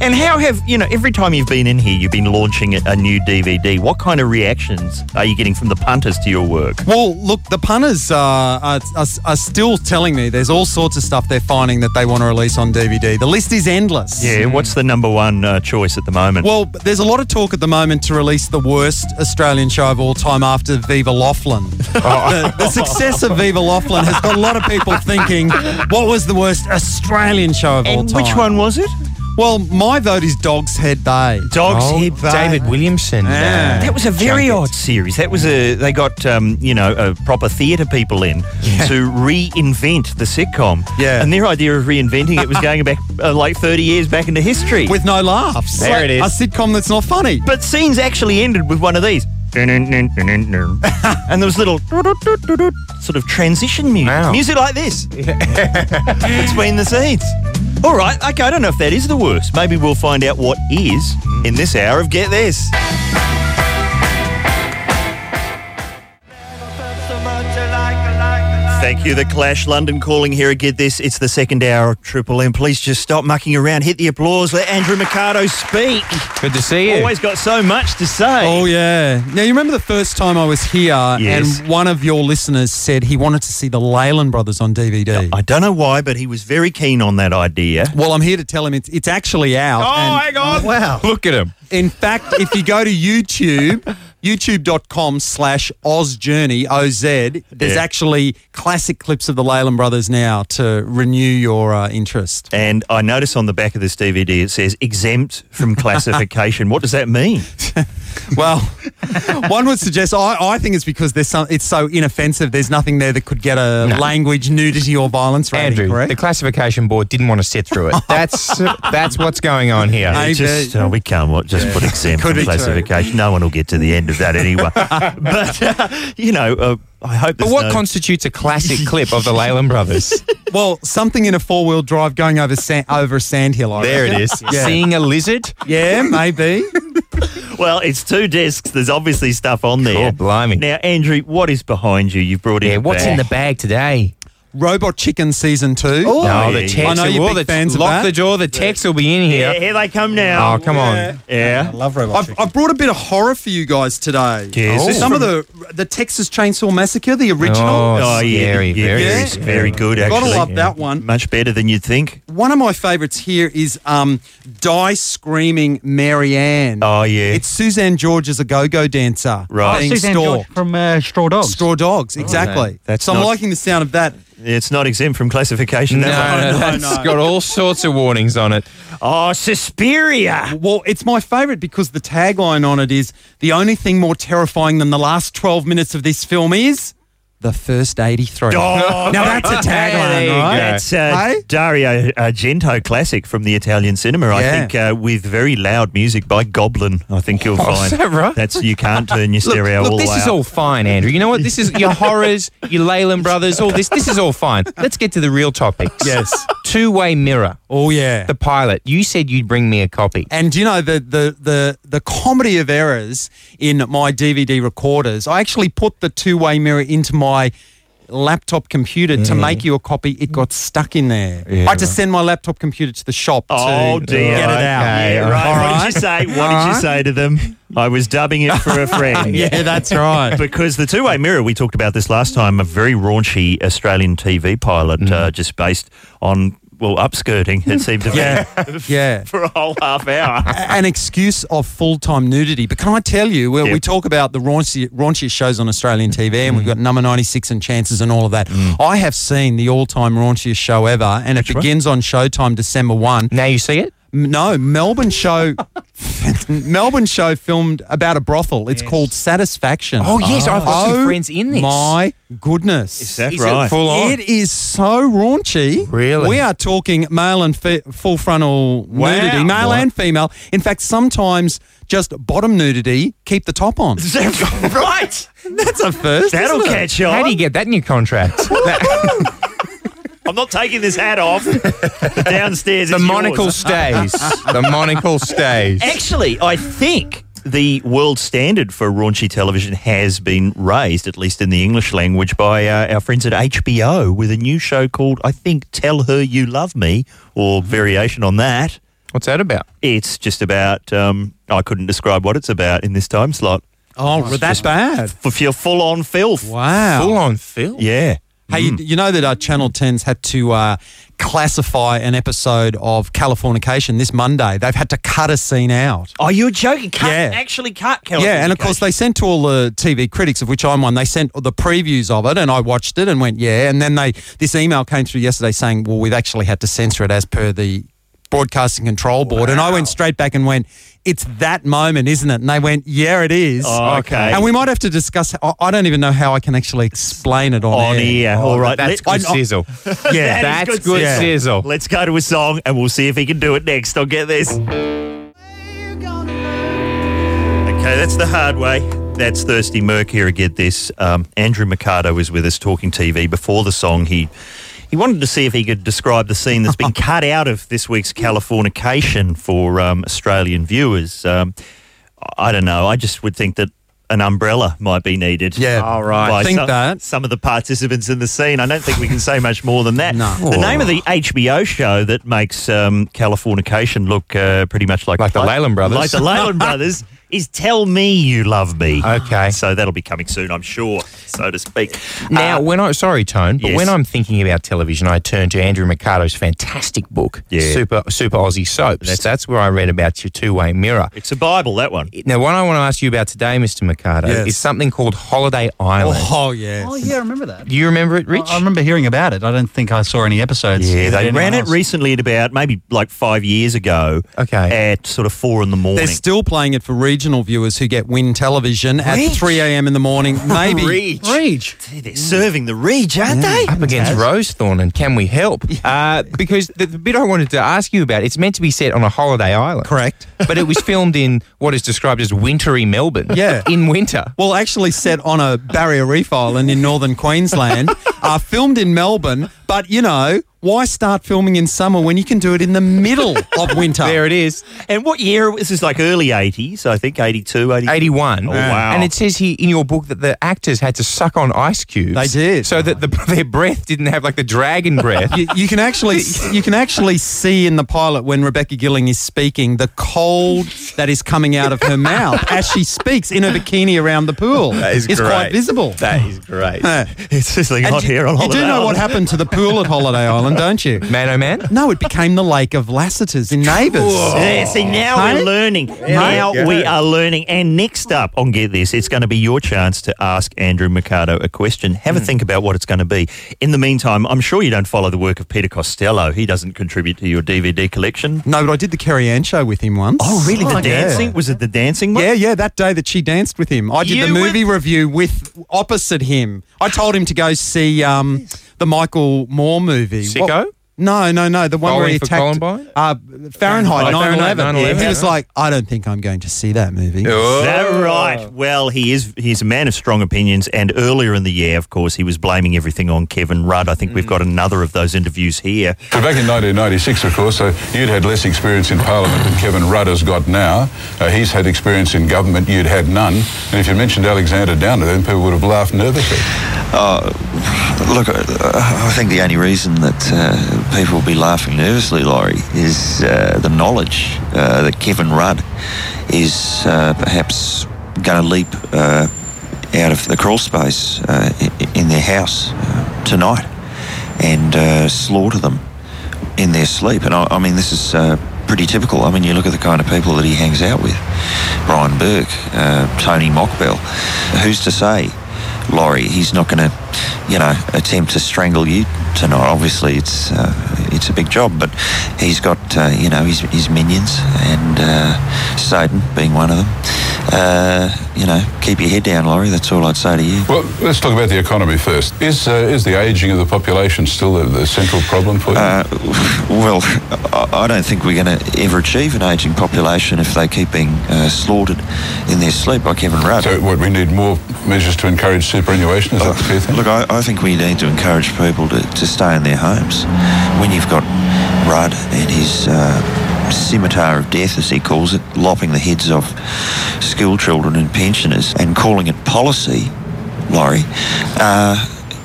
Speaker 1: and how have you know? Every time you've been in here, you've been launching a, a new DVD. What kind of reactions are you getting from the punters to your work?
Speaker 24: Well, look, the punters uh, are, are, are still telling me there's all sorts of stuff they're finding that they want to release on DVD. The list is endless.
Speaker 1: Yeah, what's the number one uh, choice at the moment?
Speaker 24: Well, there's a lot of talk at the moment to release the worst Australian show of all time after Viva *laughs* Laughlin. the, the success of Viva Laughlin has got a lot of people thinking, what was the worst Australian show of all
Speaker 1: And
Speaker 24: time?
Speaker 1: which one was it?
Speaker 24: Well, my vote is Dog's Head Bay.
Speaker 1: Dog's Head Bay. David
Speaker 24: Williamson. Yeah.
Speaker 1: uh, That was a very odd series. That was a they got um, you know a proper theatre people in to reinvent the sitcom. Yeah, and their idea of reinventing it
Speaker 24: *laughs*
Speaker 1: was going back uh, like thirty years back into history
Speaker 24: with no laughs.
Speaker 1: There
Speaker 24: Like
Speaker 1: it is.
Speaker 24: A sitcom that's not funny.
Speaker 1: But scenes actually ended with one of
Speaker 24: *laughs*
Speaker 1: these. and there was little *laughs* sort of transition music, music like this between the scenes. All right, okay, I don't know if that is the worst. Maybe we'll find out what is in this hour of Get This. Thank you, The Clash London calling here. at Get this, it's the second hour of Triple M. Please just stop mucking around, hit the applause, let Andrew Mercado speak.
Speaker 24: Good to see you.
Speaker 1: Always got so much to say.
Speaker 24: Oh yeah. Now you remember the first time I was here,
Speaker 1: Yes.
Speaker 24: and one of your listeners said he wanted to see the Leyland Brothers on DVD.
Speaker 1: I don't know why, but he was very keen on that idea.
Speaker 24: Well, I'm here to tell him it's it's actually out.
Speaker 1: Oh,
Speaker 24: and-
Speaker 1: hang on.
Speaker 24: wow.
Speaker 1: Look at him.
Speaker 24: In fact, if you go to YouTube, youtube.com slash OzJourney, OZ, there's
Speaker 1: Yeah.
Speaker 24: actually classic clips of the Leyland Brothers now to renew your uh, interest.
Speaker 1: And I notice on the back of this DVD it says exempt from classification. what does that mean?
Speaker 24: *laughs* Well, one would suggest I, I think it's because there's some, it's so inoffensive. There's nothing there that could get a
Speaker 1: No.
Speaker 24: language, nudity, or violence rating.
Speaker 1: Andrew,
Speaker 24: correct?
Speaker 1: the
Speaker 24: classification board didn't want to sit through it.
Speaker 1: That's-
Speaker 24: that's what's
Speaker 1: going on
Speaker 24: here. Maybe.
Speaker 1: just, oh, we can't wa- just
Speaker 24: *laughs*
Speaker 1: put exempt
Speaker 24: Could
Speaker 1: from
Speaker 24: be true.
Speaker 1: classification. No one will get to the end of that
Speaker 24: *laughs*
Speaker 1: anyway. but uh, you know, uh, I hope.
Speaker 24: But
Speaker 1: there's
Speaker 24: what
Speaker 1: no-
Speaker 24: constitutes a
Speaker 3: *laughs*
Speaker 24: classic clip of the
Speaker 1: Leyland
Speaker 24: Brothers? Well, something in a four-wheel drive going over sand, over a sandhill. I
Speaker 1: There it
Speaker 24: reckon.
Speaker 1: is.
Speaker 24: Yeah.
Speaker 1: Seeing
Speaker 24: a lizard. Yeah, maybe.
Speaker 1: Well, it's two discs. There's obviously stuff on there. Oh, blimey! Now, Andrew, what is behind you? You've brought in. Yeah,
Speaker 24: what's in the
Speaker 1: bag today?
Speaker 24: Robot Chicken season two.
Speaker 1: Oh, Oh, the
Speaker 24: I
Speaker 1: Texan.
Speaker 24: know you're
Speaker 1: Well,
Speaker 24: big
Speaker 1: the-
Speaker 24: fans of
Speaker 1: lock
Speaker 24: that.
Speaker 1: the
Speaker 24: jaw. The Tex will be in
Speaker 1: Yeah, here they come now.
Speaker 24: Oh, come on.
Speaker 1: Yeah.
Speaker 24: I love robot I've, I've brought a bit of horror for you guys today.
Speaker 1: Yes, this
Speaker 24: Oh. Some
Speaker 1: from-
Speaker 24: of the the Texas Chainsaw Massacre, the original.
Speaker 1: Oh, yeah, yeah, very, very good. Actually,
Speaker 24: Gotta love that one.
Speaker 1: Much better than you'd think.
Speaker 24: One of my favourites here is um, Die Screaming Marianne.
Speaker 1: Oh, yeah.
Speaker 24: It's Suzanne George as a go-go dancer.
Speaker 1: Right. Oh,
Speaker 24: Being
Speaker 1: Suzanne
Speaker 24: stalked.
Speaker 22: from uh, Straw Dogs.
Speaker 24: Straw Dogs, exactly.
Speaker 1: That's
Speaker 24: so I'm
Speaker 1: not-
Speaker 24: liking the sound of that.
Speaker 1: It's not exempt from classification.
Speaker 24: No,
Speaker 1: that
Speaker 24: no,
Speaker 1: one.
Speaker 24: that's got
Speaker 1: all sorts of warnings on it. Oh, Suspiria.
Speaker 24: Well, it's my favourite because the tagline on it is the only thing more terrifying than the last 12 minutes of this film is the first 83.
Speaker 1: Oh.
Speaker 24: now, that's a
Speaker 19: *laughs*
Speaker 1: There
Speaker 24: tagline,
Speaker 1: you
Speaker 24: right?
Speaker 1: go. That's uh,
Speaker 24: Hey?
Speaker 1: Dario Argento classic from the Italian cinema, I
Speaker 24: Yeah.
Speaker 1: think, uh, with very loud music by Goblin. I think you'll
Speaker 24: Oh,
Speaker 1: find
Speaker 24: is that right?
Speaker 1: that's you can't turn your
Speaker 24: Look-
Speaker 1: stereo
Speaker 24: look,
Speaker 1: all
Speaker 24: this
Speaker 1: the way
Speaker 24: is
Speaker 1: up.
Speaker 24: all
Speaker 3: fine, Andrew. You know what? This is your horrors, your Leyland Brothers, all this. This is all fine. Let's get to the real topics.
Speaker 24: Yes.
Speaker 3: Two way mirror.
Speaker 24: Oh yeah.
Speaker 3: The pilot. You said you'd bring me a copy.
Speaker 24: And you know the, the the the comedy of errors in my DVD recorders. I actually put the two-way mirror into my laptop computer to make you a copy. It got stuck in there.
Speaker 1: Yeah,
Speaker 24: I had to
Speaker 1: right.
Speaker 24: send my laptop computer to the shop
Speaker 1: Oh
Speaker 24: to
Speaker 1: dear!
Speaker 24: get it out.
Speaker 1: Okay,
Speaker 24: Yeah,
Speaker 1: right.
Speaker 24: all
Speaker 1: What did you say? What
Speaker 24: All
Speaker 1: did you
Speaker 24: right.
Speaker 1: say to them? I was dubbing it for a *laughs* friend.
Speaker 24: *laughs* Yeah, that's right.
Speaker 1: because the two-way mirror we
Speaker 24: Mm.
Speaker 1: talked about this last time, a very raunchy Australian TV pilot, uh, just based on
Speaker 13: well, upskirting, it seemed to be.
Speaker 1: *laughs*
Speaker 24: Yeah. yeah.
Speaker 13: For a whole half hour.
Speaker 24: an excuse of full time nudity. But can I tell you, well, we talk about the raunchy, raunchiest shows on Australian TV, and
Speaker 3: Mm.
Speaker 24: we've got number 96 and chances and all of that. I have seen the all time raunchiest show ever, and it begins on Showtime December 1. Now you see it? No, Melbourne show, *laughs* Melbourne show filmed about a brothel. It's called Satisfaction.
Speaker 3: Oh, yes, I've got some
Speaker 24: Oh,
Speaker 3: friends in this.
Speaker 24: My goodness, is
Speaker 3: that Is it right? full on?
Speaker 24: It is so raunchy. Really, we are talking male and fe- full frontal
Speaker 3: Wow.
Speaker 24: nudity, male
Speaker 3: Wow.
Speaker 24: and female. In fact, sometimes just bottom nudity. Keep the
Speaker 1: *laughs*
Speaker 24: top on.
Speaker 13: right?
Speaker 24: That's a first.
Speaker 1: That'll
Speaker 24: isn't it?
Speaker 1: catch on. How do you
Speaker 3: get that in your contract?
Speaker 1: *laughs* I'm not taking this hat off. Downstairs,
Speaker 3: The
Speaker 1: it's *laughs*
Speaker 3: monocle
Speaker 1: yours.
Speaker 3: stays. The monocle stays.
Speaker 1: Actually, I think the world standard for raunchy television has been raised, at least in the English language, by uh, our friends at HBO with a new show called, I think, Tell Her You Love Me, or variation on that.
Speaker 3: What's that about?
Speaker 1: It's just about, um, I couldn't describe what it's about in this time slot.
Speaker 24: Oh, well, that's bad.
Speaker 1: If you're full on filth.
Speaker 24: Wow. Full
Speaker 3: on filth.
Speaker 1: Yeah. Mm.
Speaker 24: Hey, you, you know that uh, Channel 10's had to uh, classify an episode of Californication this Monday. They've had to cut a scene out.
Speaker 1: Oh, you're joking. Cut,
Speaker 24: Yeah.
Speaker 1: Actually, cut
Speaker 24: Yeah, and of course they sent to all the TV critics, of which I'm one. They sent the previews of it, and I watched it and went, yeah. And then they this email came through yesterday saying, well, we've actually had to censor it as per the Broadcasting Control Board, and I went straight back and went, it's that moment, isn't it? And they went, yeah, it is.
Speaker 1: Oh, okay.
Speaker 24: And we might have to discuss. I, I don't even know how I can actually explain it on, Oh,
Speaker 1: On air. All right.
Speaker 24: Let-
Speaker 1: Let-
Speaker 24: I- I- Yeah,
Speaker 1: *laughs* That is
Speaker 24: that's good
Speaker 1: sizzle.
Speaker 24: sizzle.
Speaker 1: Let's go to a song and we'll see if he can do it next. I'll get this. Okay, that's the hard way. That's Thirsty Merc here. Get this. Um, Andrew Mercado was with us talking TV before the song. He he wanted to see if he could describe the scene that's
Speaker 24: *laughs*
Speaker 1: been cut out of this week's Californication for um, Australian viewers. Um, I don't know. I just would think that an umbrella might be needed. Yeah, all right.
Speaker 24: I think
Speaker 1: some,
Speaker 24: that.
Speaker 1: some of the participants in the scene. I don't think we can say much more than that.
Speaker 24: No.
Speaker 1: The name of the HBO show that makes um, Californication look uh, pretty much like like
Speaker 3: the Leyland Brothers.
Speaker 1: like the *laughs* Leyland Brothers. Is tell me you love me. Okay. So that'll be coming soon, I'm sure, so to speak.
Speaker 3: Now, when I sorry, Tone, but
Speaker 1: yes.
Speaker 3: when I'm thinking about television, I turn to Andrew Mercado's fantastic book,
Speaker 1: Yeah.
Speaker 3: Super Super Aussie Soaps. That's, where I read about your two way mirror.
Speaker 1: It's a Bible, that one.
Speaker 3: Now, what I want to ask you about today, Mr. Mercado,
Speaker 24: Yes.
Speaker 3: is something called Holiday Island.
Speaker 24: Oh, yeah.
Speaker 5: Oh, yeah, I remember that.
Speaker 3: Do you remember it, Rich?
Speaker 5: I remember hearing about it. I don't think I saw any episodes.
Speaker 1: Yeah, they
Speaker 5: Anyone
Speaker 1: ran it
Speaker 5: else?
Speaker 1: recently at about maybe like five years ago. Okay. At sort of four in the morning.
Speaker 24: They're still playing it for regional viewers who get Win Television at 3 a.m. in the morning. Maybe
Speaker 3: Reach.
Speaker 24: Reach.
Speaker 1: They're serving the Reach, aren't they?
Speaker 3: Up against Rosethorn and Can We Help? Uh, because the, the bit I wanted to ask you about, it's meant to be set on a holiday island.
Speaker 24: Correct.
Speaker 3: *laughs* But it was filmed in what is described as wintry Melbourne.
Speaker 24: Yeah.
Speaker 3: *laughs* In winter.
Speaker 24: Well, actually set on a barrier reef island in northern
Speaker 3: *laughs*
Speaker 24: Queensland, uh, filmed in Melbourne, but you know, why start filming in summer when you can do it in the middle of winter?
Speaker 3: There it is.
Speaker 1: And what year? This is like early 80s, I think, 82, 83.
Speaker 3: 81.
Speaker 1: Oh, wow.
Speaker 3: Uh, And it says here in your book that the actors had to suck on ice cubes. They
Speaker 24: did.
Speaker 3: So that the, *laughs* their breath didn't have like the
Speaker 1: *laughs*
Speaker 3: dragon breath.
Speaker 24: You, you can actually you can actually see in the pilot when Rebecca Gilling is speaking the cold that is coming out of her mouth as she speaks in her bikini around the pool.
Speaker 3: That is
Speaker 24: it's quite
Speaker 3: great.
Speaker 24: visible.
Speaker 3: That is great.
Speaker 1: *laughs* it's just like
Speaker 24: And
Speaker 1: hot
Speaker 24: you-
Speaker 1: here on
Speaker 24: You
Speaker 1: holiday.
Speaker 24: do know what
Speaker 1: Island.
Speaker 24: happened to the pool at Holiday Island,
Speaker 1: *laughs*
Speaker 24: don't you?
Speaker 3: Man, oh man.
Speaker 24: No, it became the Lake of Lassiter's in Neighbours.
Speaker 1: Yeah, see, now
Speaker 24: Hey?
Speaker 1: we're learning. *laughs* now
Speaker 24: Yeah.
Speaker 1: we are learning. And next up on Get This, it's going to be your chance to ask Andrew Mercado a question. Have a think about what it's going to be. In the meantime, I'm sure you don't follow the work of Peter Costello. He doesn't contribute to your DVD collection.
Speaker 24: No, but I did the Carrie Ann show with him once.
Speaker 1: Oh, really? The
Speaker 24: Yeah.
Speaker 1: dancing? Was it the dancing one?
Speaker 24: Yeah, yeah, that day that she danced with him. I did the
Speaker 1: You were-
Speaker 24: movie review with opposite him. I told him to go see um, the Michael Moore movie.
Speaker 3: Sicko?
Speaker 24: What- No, no, no. The one where
Speaker 3: Bowling
Speaker 24: he
Speaker 3: for
Speaker 24: attacked
Speaker 3: Columbine?
Speaker 24: Uh, Fahrenheit
Speaker 3: Fahrenheit
Speaker 24: 911.
Speaker 3: 9/11,
Speaker 24: He was
Speaker 3: yeah.
Speaker 24: like, I don't think I'm going to see that movie.
Speaker 1: Is that right? Well, he is. He's a man of strong opinions, and earlier in the year, of course, he was blaming everything on Kevin Rudd. I think we've got another of those interviews here.
Speaker 25: So back in 1996, of course, so you'd had less experience in Parliament than Kevin Rudd has got now. Uh, he's had experience in government, you'd had none. And if you mentioned Alexander Downer, then people would have laughed nervously.
Speaker 26: Uh, look, uh, I think the only reason that uh, people will be laughing nervously, Laurie, is uh, the knowledge uh, that Kevin Rudd is uh, perhaps going to leap uh, out of the crawl space uh, i- in their house uh, tonight and uh, slaughter them in their their sleep. And I, I mean, this is uh, pretty typical. I mean, you look at the kind of people that he hangs out with Brian Burke, uh, Tony Mockbell. Who's to say, Laurie, he's not going to, you know, attempt to strangle you tonight? Obviously, it's uh, it's a big job, but he's got, uh, you know, his, his minions and uh, Satan being one of them. Uh, you know, keep your head down, Laurie. That's all I'd say to you.
Speaker 25: Well, let's talk about the economy first. Is uh, is the ageing of the population still the, the central problem for you?
Speaker 26: Uh, Well, uh, I I don't think we're going to ever achieve an ageing population if they keep being uh, slaughtered in their sleep by Kevin Rudd.
Speaker 25: So, what we need more measures to encourage superannuation? Is that the fair thing?
Speaker 26: Look, I, I think we need to encourage people to, to stay in their homes. When you've got Rudd and his uh, scimitar of death, as he calls it, lopping the heads off school children and pensioners and calling it policy, Laurie, uh,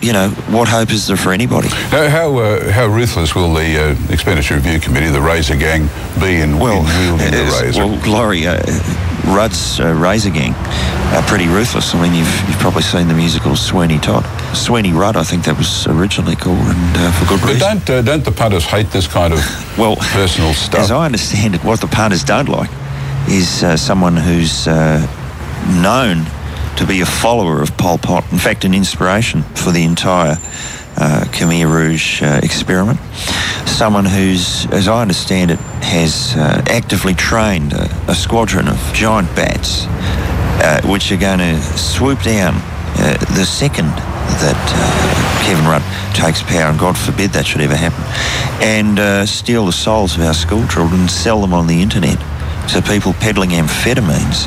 Speaker 26: you know, what hope is there for anybody?
Speaker 25: How how, uh, how ruthless will the uh, expenditure review committee, the Razor Gang, be in, in wielding the razor?
Speaker 26: Well, Laurie, uh, Rudd's uh, Razor Gang are pretty ruthless. I mean, you've, you've probably seen the musical Sweeney Todd. Sweeney Rudd, I think that was originally called, and uh, for good
Speaker 25: but
Speaker 26: reason.
Speaker 25: don't uh, don't the punters hate this kind
Speaker 26: *laughs*
Speaker 25: of
Speaker 26: well
Speaker 25: personal stuff?
Speaker 26: As I understand it, what the punters don't like is uh, someone who's uh, known to be a follower of Pol Pot, in fact, an inspiration for the entire uh, Khmer Rouge uh, experiment. Someone who's, as I understand it, has uh, actively trained a, a squadron of giant bats, uh, which are going to swoop down uh, the second that uh, Kevin Rudd takes power, and God forbid that should ever happen, and uh, steal the souls of our school children and sell them on the internet to people peddling amphetamines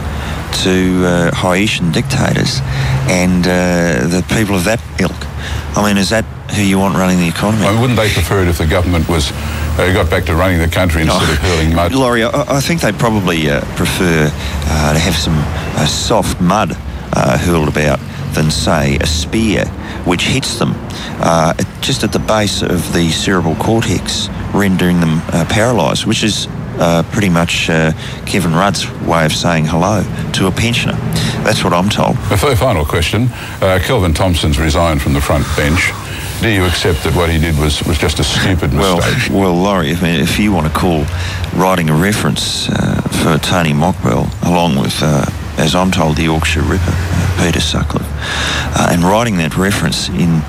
Speaker 26: to uh, Haitian dictators and uh, the people of that ilk. I mean, is that who you want running the economy?
Speaker 25: I mean, wouldn't they prefer it if the government was uh, got back to running the country instead of hurling mud?
Speaker 26: Oh, Laurie, I, I think they probably uh, prefer uh, to have some uh, soft mud uh, hurled about than, say, a spear which hits them uh, at- just at the base of the cerebral cortex, rendering them uh, paralysed, which is uh, pretty much uh, Kevin Rudd's way of saying hello Oh, to a pensioner. That's what I'm told.
Speaker 25: A f- final question. Uh, Kelvin Thompson's resigned from the front bench. Do you accept that what he did was, was just a stupid
Speaker 26: Well,
Speaker 25: mistake?
Speaker 26: well, Laurie, I mean, if you want to call writing a reference uh, for Tony Mockbell, along with, uh, as I'm told, the Yorkshire Ripper, uh, Peter Sutcliffe, uh, and writing that reference in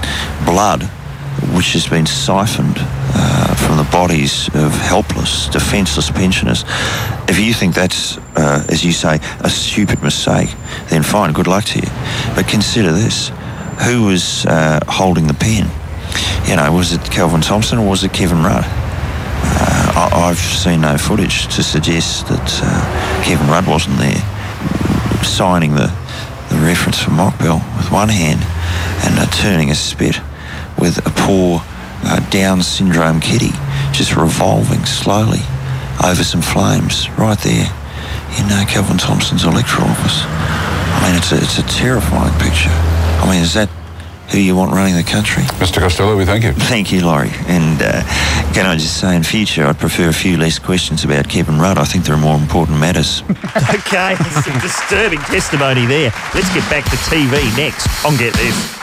Speaker 26: blood, which has been siphoned uh, from the bodies of helpless, defenceless pensioners, if you think that's, uh, as you say, a stupid mistake, then fine, good luck to you. But consider this who was uh, holding the pen? You know, was it Calvin Thompson or was it Kevin Rudd? Uh, I, I've seen no footage to suggest that uh, Kevin Rudd wasn't there signing the, the reference for Mockbell with one hand and uh, turning a spit with a poor uh, Down syndrome kitty just revolving slowly over some flames right there in uh, Calvin Thompson's electoral office. I mean, it's a, it's a terrifying picture. I mean, is that who you want running the country?
Speaker 25: Mr. Costello, we thank you.
Speaker 26: *laughs* Thank you, Laurie. And uh, can I just say, in future, I'd prefer a few less questions about Kevin Rudd. I think there are more important matters.
Speaker 1: *laughs* okay, it's a disturbing testimony there. Let's get back to TV next on Get This.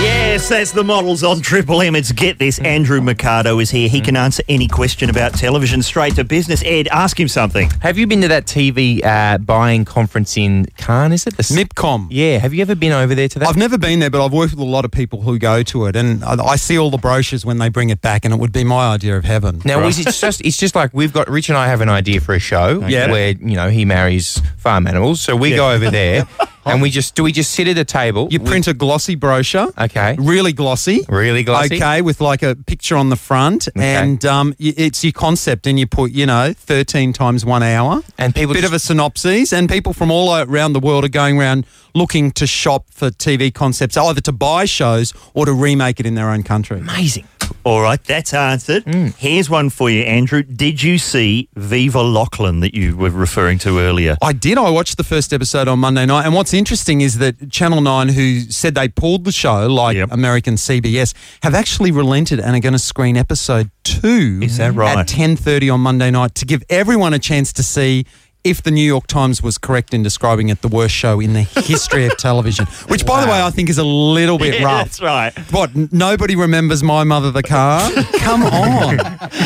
Speaker 1: Yes, that's the models on Triple M. It's Get This. Andrew Mercado is here. He can answer any question about television straight to business. Ed, ask him something.
Speaker 3: Have you been to that TV uh, buying conference in Cannes? Is it the
Speaker 24: MIPCOM?
Speaker 3: Yeah. Have you ever been over there to that?
Speaker 24: I've never been there, but I've worked with a lot of people who go to it, and I, I see all the brochures when they bring it back, and it would be my idea of heaven.
Speaker 3: Now, is it just? It's just like we've got Rich and I have an idea for a show
Speaker 24: Yeah.
Speaker 3: where you know he marries farm animals, so we go
Speaker 1: *laughs*
Speaker 3: over there and we just do we just sit at a table.
Speaker 24: You print a glossy brochure.
Speaker 3: Okay.
Speaker 24: Really glossy.
Speaker 3: Really glossy.
Speaker 24: Okay, with like a picture on the front, and um, y- it's your concept, and you put, you know, thirteen times one hour,
Speaker 3: and people
Speaker 24: bit
Speaker 3: just-
Speaker 24: of a synopsis, and people from all around the world are going around looking to shop for TV concepts, either to buy shows or to remake it in their own country.
Speaker 3: Amazing.
Speaker 1: All right, that's answered. Here's one for you, Andrew. Did you see Viva Lachlan that you were referring to earlier?
Speaker 24: I did. I watched the first episode on Monday night. And what's interesting is that Channel 9, who said they pulled the show, like American CBS, have actually relented and are going to screen episode two
Speaker 1: Is that right?
Speaker 24: at 10.30 on Monday night to give everyone a chance to see if the New York Times was correct in describing it the worst show in the history of television, which, by the way, I think is a little bit
Speaker 1: *laughs* Yeah,
Speaker 24: rough.
Speaker 1: that's right.
Speaker 24: What? n- Nobody remembers My Mother the Car? Come on.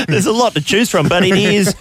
Speaker 1: There's a lot to choose from, but it is.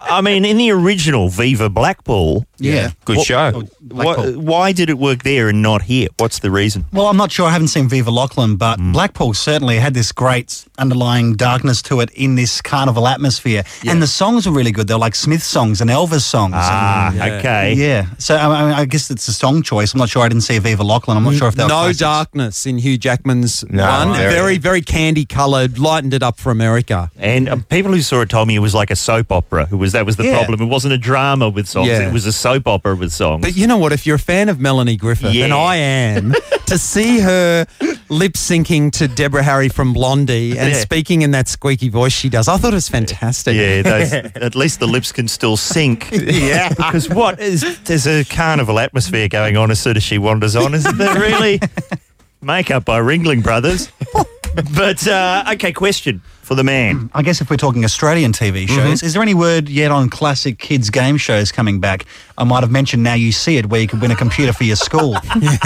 Speaker 1: I mean, in the original Viva Blackpool,
Speaker 5: Yeah.
Speaker 1: Good
Speaker 24: Oh,
Speaker 5: show.
Speaker 1: What, why did it work there and not here? What's the reason?
Speaker 5: Well, I'm not sure. I haven't seen Viva Lachlan, but Blackpool certainly had this great underlying darkness to it in this carnival atmosphere. And the songs were really good. They were like Smith songs and Elvis songs.
Speaker 1: Ah,
Speaker 5: And-
Speaker 1: Yeah. okay.
Speaker 5: Yeah. So I, mean, I guess it's a song choice. I'm not sure. I didn't see a Viva Lachlan. I'm *laughs* not sure if they were
Speaker 24: No
Speaker 5: classics.
Speaker 24: Darkness in Hugh Jackman's
Speaker 5: No,
Speaker 24: one.
Speaker 5: there it
Speaker 24: Very, very candy coloured, lightened it up for America.
Speaker 1: And um, people who saw it told me it was like a soap opera. It was that was the
Speaker 24: Yeah.
Speaker 1: problem. It wasn't a drama with songs.
Speaker 24: Yeah.
Speaker 1: It was a soap opera with
Speaker 24: *laughs*
Speaker 1: songs.
Speaker 24: But you know what? If you're a fan of Melanie Griffith, and
Speaker 1: Yeah.
Speaker 24: I am, to see her lip syncing to Deborah Harry from Blondie and
Speaker 1: Yeah.
Speaker 24: speaking in that squeaky voice she does, I thought it was fantastic.
Speaker 1: Yeah,
Speaker 24: *laughs*
Speaker 1: those, at least the lips can still sync.
Speaker 24: Yeah.
Speaker 1: because what is there's a carnival atmosphere going on as soon as she wanders on, isn't there?
Speaker 24: *laughs*
Speaker 1: Really, makeup by Ringling Brothers. but uh, okay, question for the man.
Speaker 5: I guess if we're talking Australian TV shows, is there any word yet on classic kids game shows coming back? I might have mentioned Now You See It, where you could win a computer for your school.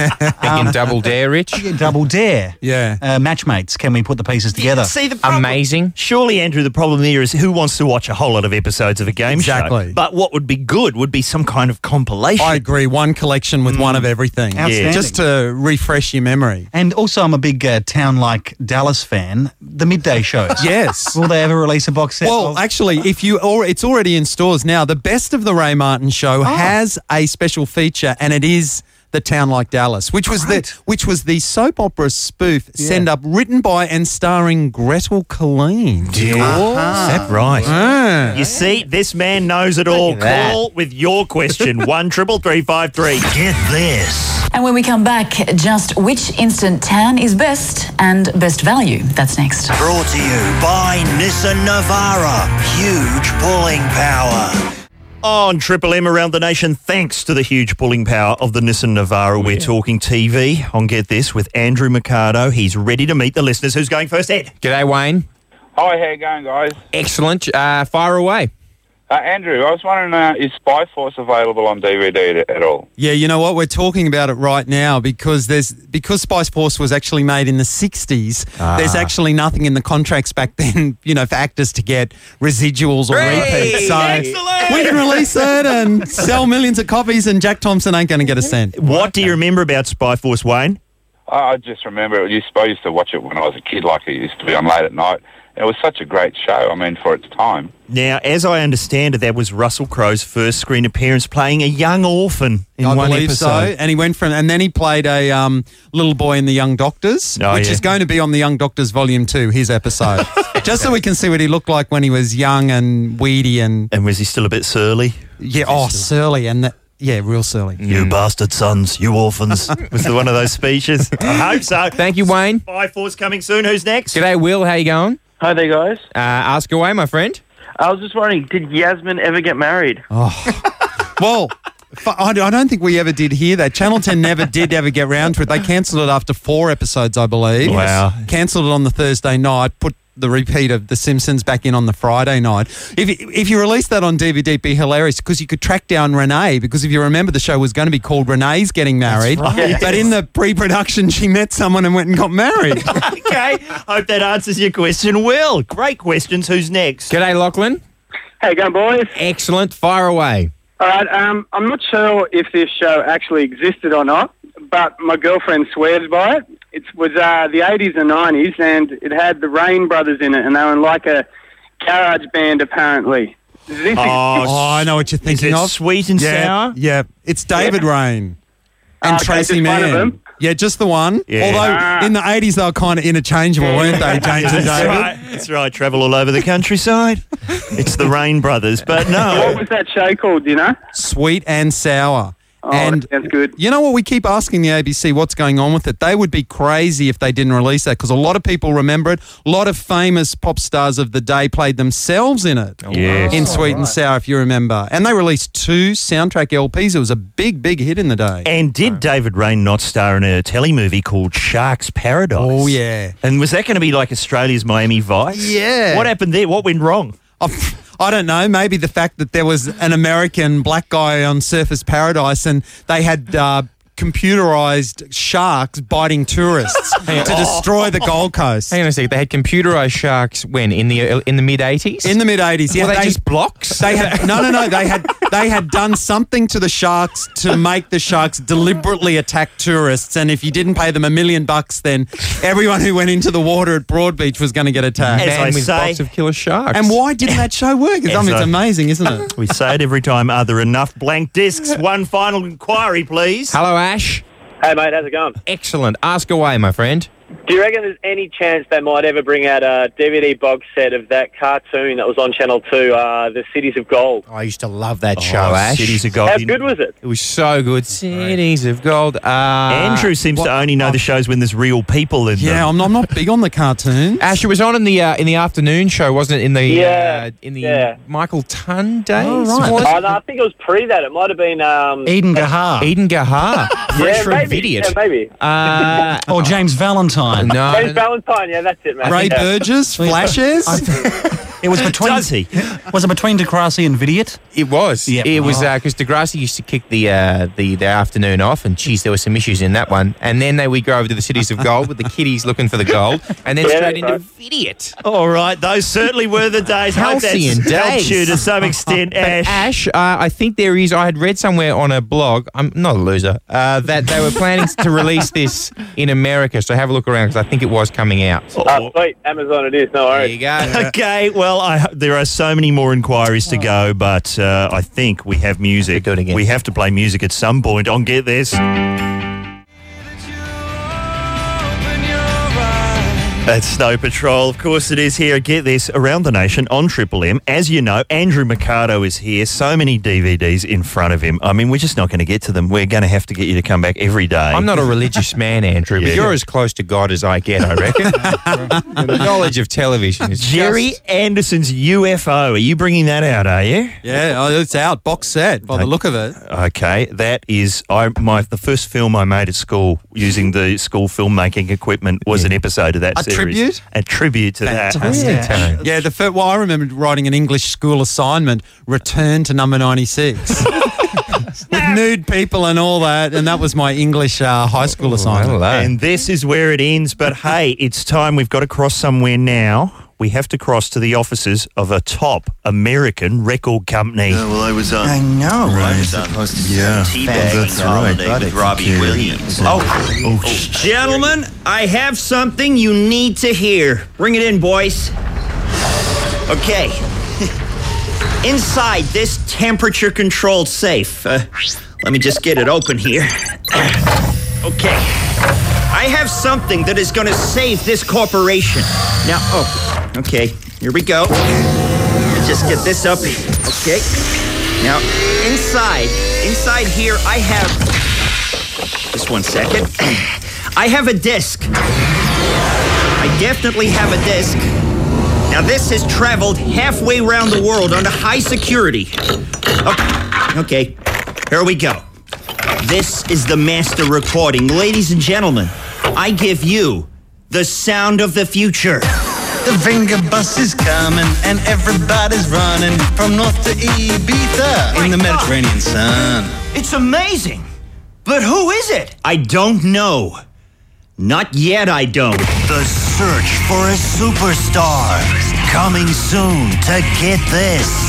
Speaker 3: Thinking Double Dare, Rich?
Speaker 5: Yeah, double dare.
Speaker 24: Yeah.
Speaker 5: Uh, matchmates, can we put the pieces together?
Speaker 1: See the problem,
Speaker 3: amazing.
Speaker 1: Surely, Andrew, the problem there is who wants to watch a whole lot of episodes of a game
Speaker 24: Exactly.
Speaker 1: show. But what would be good would be some kind of compilation. Hmm.
Speaker 24: I agree. One collection with one of everything.
Speaker 5: Outstanding.
Speaker 24: Just to refresh your memory.
Speaker 5: And also, I'm a big uh, town like Dallas fan. The midday shows.
Speaker 24: Yes.
Speaker 5: Will they ever release a box set?
Speaker 24: Well, uh, actually, if you or it's already in stores now. The best of the Ray Martin show
Speaker 1: Ah.
Speaker 24: has a special feature, and it is the town like Dallas, which was the which was the soap opera spoof send up written by and starring Gretel Colleen.
Speaker 1: Is that right? You see, this man knows it all.
Speaker 24: Ah. Look at
Speaker 1: Call with your
Speaker 24: *laughs*
Speaker 1: question one triple three five three. Get this.
Speaker 27: And when we come back, just which instant tan is best and best value? That's next.
Speaker 16: Brought to you by Nissan Navara. Huge pulling power.
Speaker 1: On Triple M around the nation, thanks to the huge pulling power of the Nissan Navara, we're talking TV on Get This with Andrew Mercado. He's ready to meet the listeners. Who's going first, Ed?
Speaker 3: G'day, Wayne.
Speaker 14: Hi, how you going, guys?
Speaker 3: Excellent. Uh, fire away.
Speaker 14: Uh, Andrew, I was wondering, uh, is Spy Force available on DVD at, at all?
Speaker 24: Yeah, you know what? We're talking about it right now because there's because Spice Force was actually made in the '60s. There's
Speaker 3: Ah.
Speaker 24: actually nothing in the contracts back *laughs* then, you know, for actors to get residuals or
Speaker 3: Hey,
Speaker 24: repeats. So
Speaker 3: excellent.
Speaker 24: we can release it and sell millions of copies, and Jack Thompson ain't going to get a cent.
Speaker 1: What do you remember about Spy Force, Wayne?
Speaker 14: I I just remember it used, I used to watch it when I was a kid, like it used to be on late at night. It was such a great show. I mean, for its time.
Speaker 1: Now, as I understand it, that was Russell Crowe's first screen appearance playing a young orphan in
Speaker 24: I
Speaker 1: one
Speaker 24: believe
Speaker 1: episode.
Speaker 24: so. And he went from, and then he played a um, little boy in The Young Doctors,
Speaker 1: Oh,
Speaker 24: which
Speaker 1: yeah.
Speaker 24: is going to be on The Young Doctors Volume 2, his
Speaker 1: *laughs*
Speaker 24: episode. Just so we can see what he looked like when he was young and weedy and.
Speaker 1: And was he still a bit surly?
Speaker 24: Yeah, oh, surly. And that, yeah, real surly.
Speaker 1: You bastard sons, you orphans. was the one of those
Speaker 24: *laughs*
Speaker 1: speeches? *laughs* I hope so.
Speaker 3: Thank you, Wayne.
Speaker 1: Spy Force coming soon. Who's next?
Speaker 3: G'day, Will. How you going?
Speaker 28: Hi there, guys.
Speaker 3: Uh, ask away, my friend.
Speaker 28: I was just wondering, did Yasmin ever get married?
Speaker 24: Oh. *laughs* Well, fu- I I don't think we ever did hear that. Channel 10 never did ever get round to it. They cancelled it after four episodes, I believe.
Speaker 1: Wow.
Speaker 24: Cancelled it on the Thursday night, put the repeat of The Simpsons back in on the Friday night. If, if you release that on DVD, it'd be hilarious because you could track down Renee because if you remember, the show was going to be called Renee's Getting Married.
Speaker 1: right.
Speaker 24: But in the pre production, she met someone and went and got married.
Speaker 1: *laughs* okay. Hope that answers your question. Will, great questions. Who's next?
Speaker 3: G'day, Lachlan.
Speaker 28: How you going, boys?
Speaker 3: Excellent. Fire away.
Speaker 28: All right, um, I'm not sure if this show actually existed or not, but my girlfriend swears by it. It was uh, the 80s and 90s, and it had the Rain Brothers in it, and they were like a garage band, apparently. Does This
Speaker 24: Oh, I know what you're thinking
Speaker 1: it
Speaker 24: of.
Speaker 1: sweet and
Speaker 24: yeah,
Speaker 1: sour?
Speaker 24: Yeah, it's David Rain
Speaker 28: Ah,
Speaker 24: and
Speaker 28: Okay,
Speaker 24: Tracy
Speaker 28: just one
Speaker 24: Mann.
Speaker 28: of them?
Speaker 24: Yeah, just the one.
Speaker 1: Yeah.
Speaker 24: Although
Speaker 28: Ah.
Speaker 24: in the eighties they were kind of interchangeable, weren't they, James
Speaker 1: That's
Speaker 24: and David?
Speaker 1: right. That's right. Travel all over the countryside. it's the Rain Brothers, but
Speaker 28: *laughs* what
Speaker 1: no.
Speaker 28: was that show called, do you know?
Speaker 24: Sweet and sour.
Speaker 28: Oh,
Speaker 24: and
Speaker 28: that sounds good.
Speaker 24: you know what? We keep asking the ABC what's going on with it. They would be crazy if they didn't release that because a lot of people remember it. A lot of famous pop stars of the day played themselves in it.
Speaker 1: Oh, Yes.
Speaker 24: In Sweet and Sour, if you remember. And they released two soundtrack LPs. It was a big, big hit in the day.
Speaker 1: And did David Rain not star in a telly movie called Sharks Paradise?
Speaker 24: Oh, yeah.
Speaker 1: And was that going to be like Australia's Miami Vice?
Speaker 24: Yeah.
Speaker 1: What happened there? What went wrong?
Speaker 24: I I don't know. Maybe the fact that there was an American black guy on Surface Paradise and they had. Uh, Computerized sharks
Speaker 1: *laughs*
Speaker 24: biting tourists
Speaker 3: Hang on.
Speaker 24: to destroy the Gold Coast.
Speaker 3: Hang on a second. They had computerized sharks when in the in the mid eighties.
Speaker 24: In the mid eighties, yeah,
Speaker 3: Were they,
Speaker 1: *laughs*
Speaker 3: just blocks.
Speaker 24: They had no, no, no. They
Speaker 3: *laughs*
Speaker 24: had they had done something to the sharks to make the sharks deliberately attack tourists, and if you didn't pay them a million bucks, then everyone who went into the water at Broadbeach was going to get attacked.
Speaker 1: As Man I with say- box of
Speaker 3: killer sharks.
Speaker 24: And why didn't that show work? It's, I mean, it's
Speaker 1: As I-
Speaker 24: amazing, isn't
Speaker 1: *laughs*
Speaker 24: it?
Speaker 1: We say it every time. Are there enough blank discs? One final inquiry, please.
Speaker 3: Hello, Ash.
Speaker 2: Hey, mate, how's it going?
Speaker 3: Excellent. Ask away, my friend.
Speaker 2: Do you reckon there's any chance they might ever bring out a DVD box set of that cartoon that was on Channel 2, uh, The Cities of Gold?
Speaker 3: I used to love that show, Ash.
Speaker 1: Cities of
Speaker 2: How good was it?
Speaker 3: It was so good. Cities of Gold. Uh,
Speaker 1: Andrew seems to only know the shows when there's real people in
Speaker 3: Yeah,
Speaker 1: them.
Speaker 24: I'm not, I'm not big on the cartoons.
Speaker 3: Ash, it was on in the uh, in the afternoon show, wasn't it? In the
Speaker 2: Yeah,
Speaker 3: uh, in the
Speaker 2: yeah.
Speaker 3: Michael Tun days. was it?
Speaker 2: Oh, no, I think it was pre that. It might have been. Um,
Speaker 5: Gahar.
Speaker 3: Eden Gahar. Fresh
Speaker 2: yeah,
Speaker 3: from
Speaker 2: maybe.
Speaker 3: Vidiot.
Speaker 2: Yeah, maybe.
Speaker 3: Uh,
Speaker 5: or James Valentine.
Speaker 3: No,
Speaker 2: James Valentine, yeah, that's it, man.
Speaker 5: Ray
Speaker 2: yeah.
Speaker 3: *laughs*
Speaker 5: Burgess, Flashes? It was between. Does
Speaker 1: he?
Speaker 5: *laughs* Was it between DeCrassi and Vidiot?
Speaker 3: It was.
Speaker 5: Yep.
Speaker 3: It was
Speaker 5: Oh.
Speaker 3: because DeGrassi used to kick the, uh, the the afternoon off, and geez, there were some issues in that one. And then they we go over to the cities of gold with the kiddies looking for the gold, and then straight into idiot.
Speaker 1: All right, those certainly were the days. Hope that's
Speaker 3: Halcyon
Speaker 1: helped
Speaker 3: days.
Speaker 1: you to some
Speaker 3: *laughs*
Speaker 1: extent,
Speaker 3: But
Speaker 1: Ash.
Speaker 3: Ash, uh, I think there is. I had read somewhere on a blog. I'm not a loser. Uh, that they were planning to release this in America. So have a look around because I think it was coming out.
Speaker 2: Oh, sweet. Amazon it is, no worries.
Speaker 3: There
Speaker 5: *laughs*
Speaker 1: *laughs*
Speaker 3: you
Speaker 1: Okay, well, I, ho- there are so many more inquiries to go, but uh, I think we have music. We have to play music at some point on Get This. That's Snow Patrol. Of course, it is here. Get this around the nation on Triple M. As you know, Andrew Mercado is here. So many DVDs in front of him. I mean, we're just not going to get to them. We're going to have to get you to come back every day.
Speaker 3: I'm not a religious man, Andrew,
Speaker 1: Yeah.
Speaker 3: but you're as close to God as I get, I
Speaker 1: *laughs*
Speaker 3: reckon. the knowledge of television is
Speaker 1: Jerry Anderson's UFO. Are you bringing that out? Are you?
Speaker 24: Yeah, oh, it's out, box set, by the look of it.
Speaker 1: Okay, that is I my the first film I made at school using the school filmmaking equipment was an episode of that
Speaker 24: A
Speaker 1: series.
Speaker 24: tribute?
Speaker 1: A tribute to that.
Speaker 24: Yeah. yeah, the fir- well, I remember writing an English school assignment, return to
Speaker 1: *laughs*
Speaker 24: number 96. With nude people and all that, and that was my English uh, high school assignment.
Speaker 1: And this is where it ends. But hey, it's time we've got to cross somewhere now. We have to cross to the offices of a top American record company.
Speaker 16: Yeah, well, I was uh, on.
Speaker 1: I know.
Speaker 16: Right,
Speaker 1: Right.
Speaker 16: supposed to
Speaker 1: Yeah.
Speaker 16: That's right. With Robbie Williams.
Speaker 4: Oh, gentlemen, I have something you need to hear. Bring it in, boys. Okay. *laughs* Inside this temperature controlled safe, uh, let me just get it open here. *clears throat* Okay. I have something that is going to save this corporation. Now, oh, okay. Here we go. Let me just get this up. Okay. Now, inside, inside here, I have just one second. I have a disc. I definitely have a disc. Now, this has traveled halfway around the world under high security. Okay, okay. here we go. This is the master recording. Ladies and gentlemen, I give you the sound of the future.
Speaker 23: The Venga bus is coming and everybody's running from north to Ibiza in the Mediterranean sun.
Speaker 4: It's amazing. But who is it? I don't know. Not yet, I don't.
Speaker 16: The search for a superstar. Coming soon to Get This.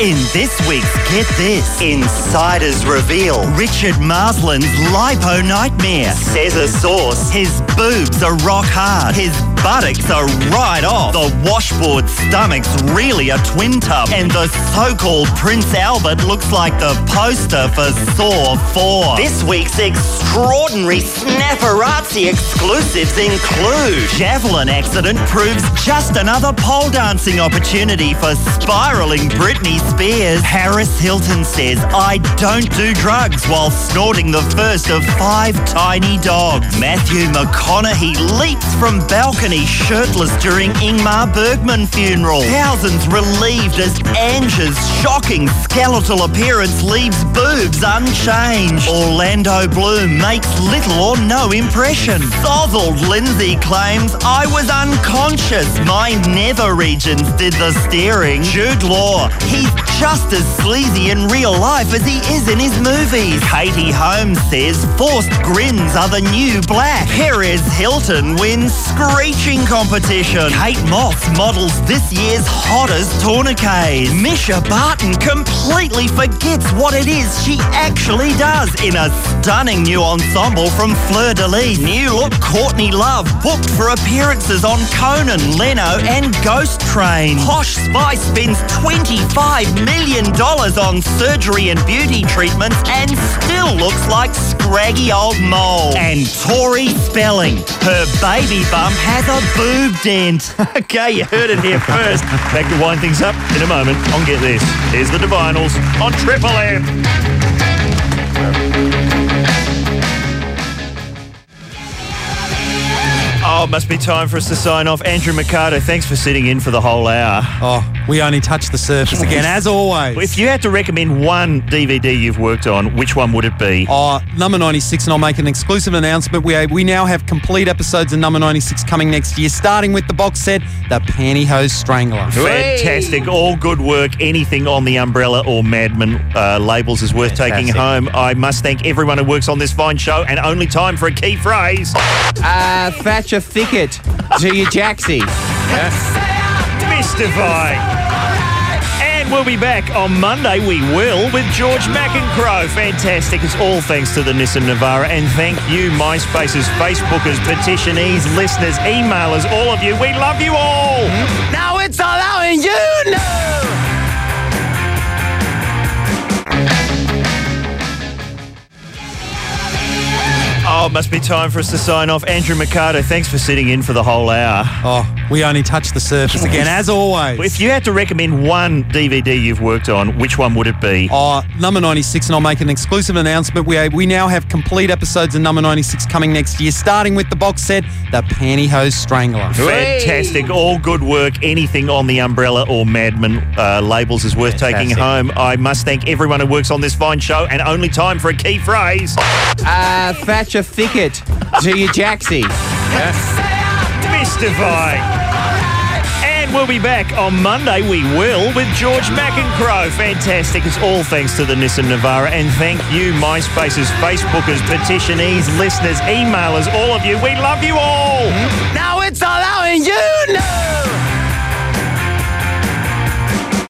Speaker 16: In this week's Get This, insiders reveal Richard Marsland's lipo nightmare. Says a source. His boobs are rock hard. His buttocks are right off. oh. The washboard stomach's really a twin tub. And the so-called Prince Albert looks like the poster for Saw 4.
Speaker 4: This week's extraordinary Snapperazzi exclusives include
Speaker 16: Javelin accident proves just another pole dancing opportunity for spiraling Britney Spears. Harris Hilton says, I don't do drugs while snorting the first of five tiny dogs. Matthew McConaughey leaps from balcony
Speaker 4: Germany shirtless during Ingmar Bergman funeral. Thousands relieved as Ange's shocking skeletal appearance leaves boobs unchanged. Orlando Bloom makes little or no impression. Sozzled Lindsay claims, I was unconscious. My never regions did the steering. Jude Law, he's just as sleazy in real life as he is in his movies. Katie Holmes says, forced grins are the new black. Perez Hilton wins screeching competition. Kate Moss models this year's hottest tourniquets. Misha Barton completely forgets what it is she actually does in a stunning new ensemble from Fleur de Lis. New look Courtney Love booked for appearances on Conan, Leno, and Ghost Train. Posh Spice spends $25 million on surgery and beauty treatments and still looks like scraggy old mole. And Tori Spelling, her baby bump has a boob dent. *laughs*
Speaker 1: Okay, you heard it here first. Back to wind things up in a moment on Get This. Here's the Divinals on Triple M. Oh, it must be time for us to sign off. Andrew Mercado, thanks for sitting in for the whole hour.
Speaker 24: Oh, we only touched the surface again, as always.
Speaker 1: If you had to recommend one DVD you've worked on, which one would it be?
Speaker 24: Oh, number 96, and I'll make an exclusive announcement. We, uh, we now have complete episodes of number 96 coming next year, starting with the box set, The Pantyhose Strangler.
Speaker 1: Fantastic. All good work. Anything on the Umbrella or Madman uh, labels is worth taking home. I must thank everyone who works on this fine show, and only time for a key phrase.
Speaker 2: Uh, thatch a thicket to your jacksie.
Speaker 1: Mystify. And we'll be back on Monday. We will with George McEncrow. Fantastic. It's all thanks to the Nissan Navara. And thank you, MySpaces, Facebookers, petitionees, listeners, emailers, all of you. We love you all.
Speaker 2: Now it's allowing you know.
Speaker 1: Oh, it must be time for us to sign off. Andrew Mercado, thanks for sitting in for the whole hour.
Speaker 24: Oh, we only touched the surface again, as always.
Speaker 1: If you had to recommend one DVD you've worked on, which one would it be?
Speaker 24: Oh, number 96, and I'll make an exclusive announcement. We, uh, we now have complete episodes of number 96 coming next year, starting with the box set, The Pantyhose Strangler.
Speaker 1: Fantastic. All good work. Anything on the Umbrella or Madman uh, labels is worth taking home. I must thank everyone who works on this fine show, and only time for a key phrase.
Speaker 2: Uh, thatch a thicket to your jacksie.
Speaker 1: Mystify. And we'll be back on Monday. We will with George McEncrow. Fantastic. It's all thanks to the Nissan Navara. And thank you, MySpaces, Facebookers, petitionees, listeners, emailers, all of you. We love you all.
Speaker 2: Now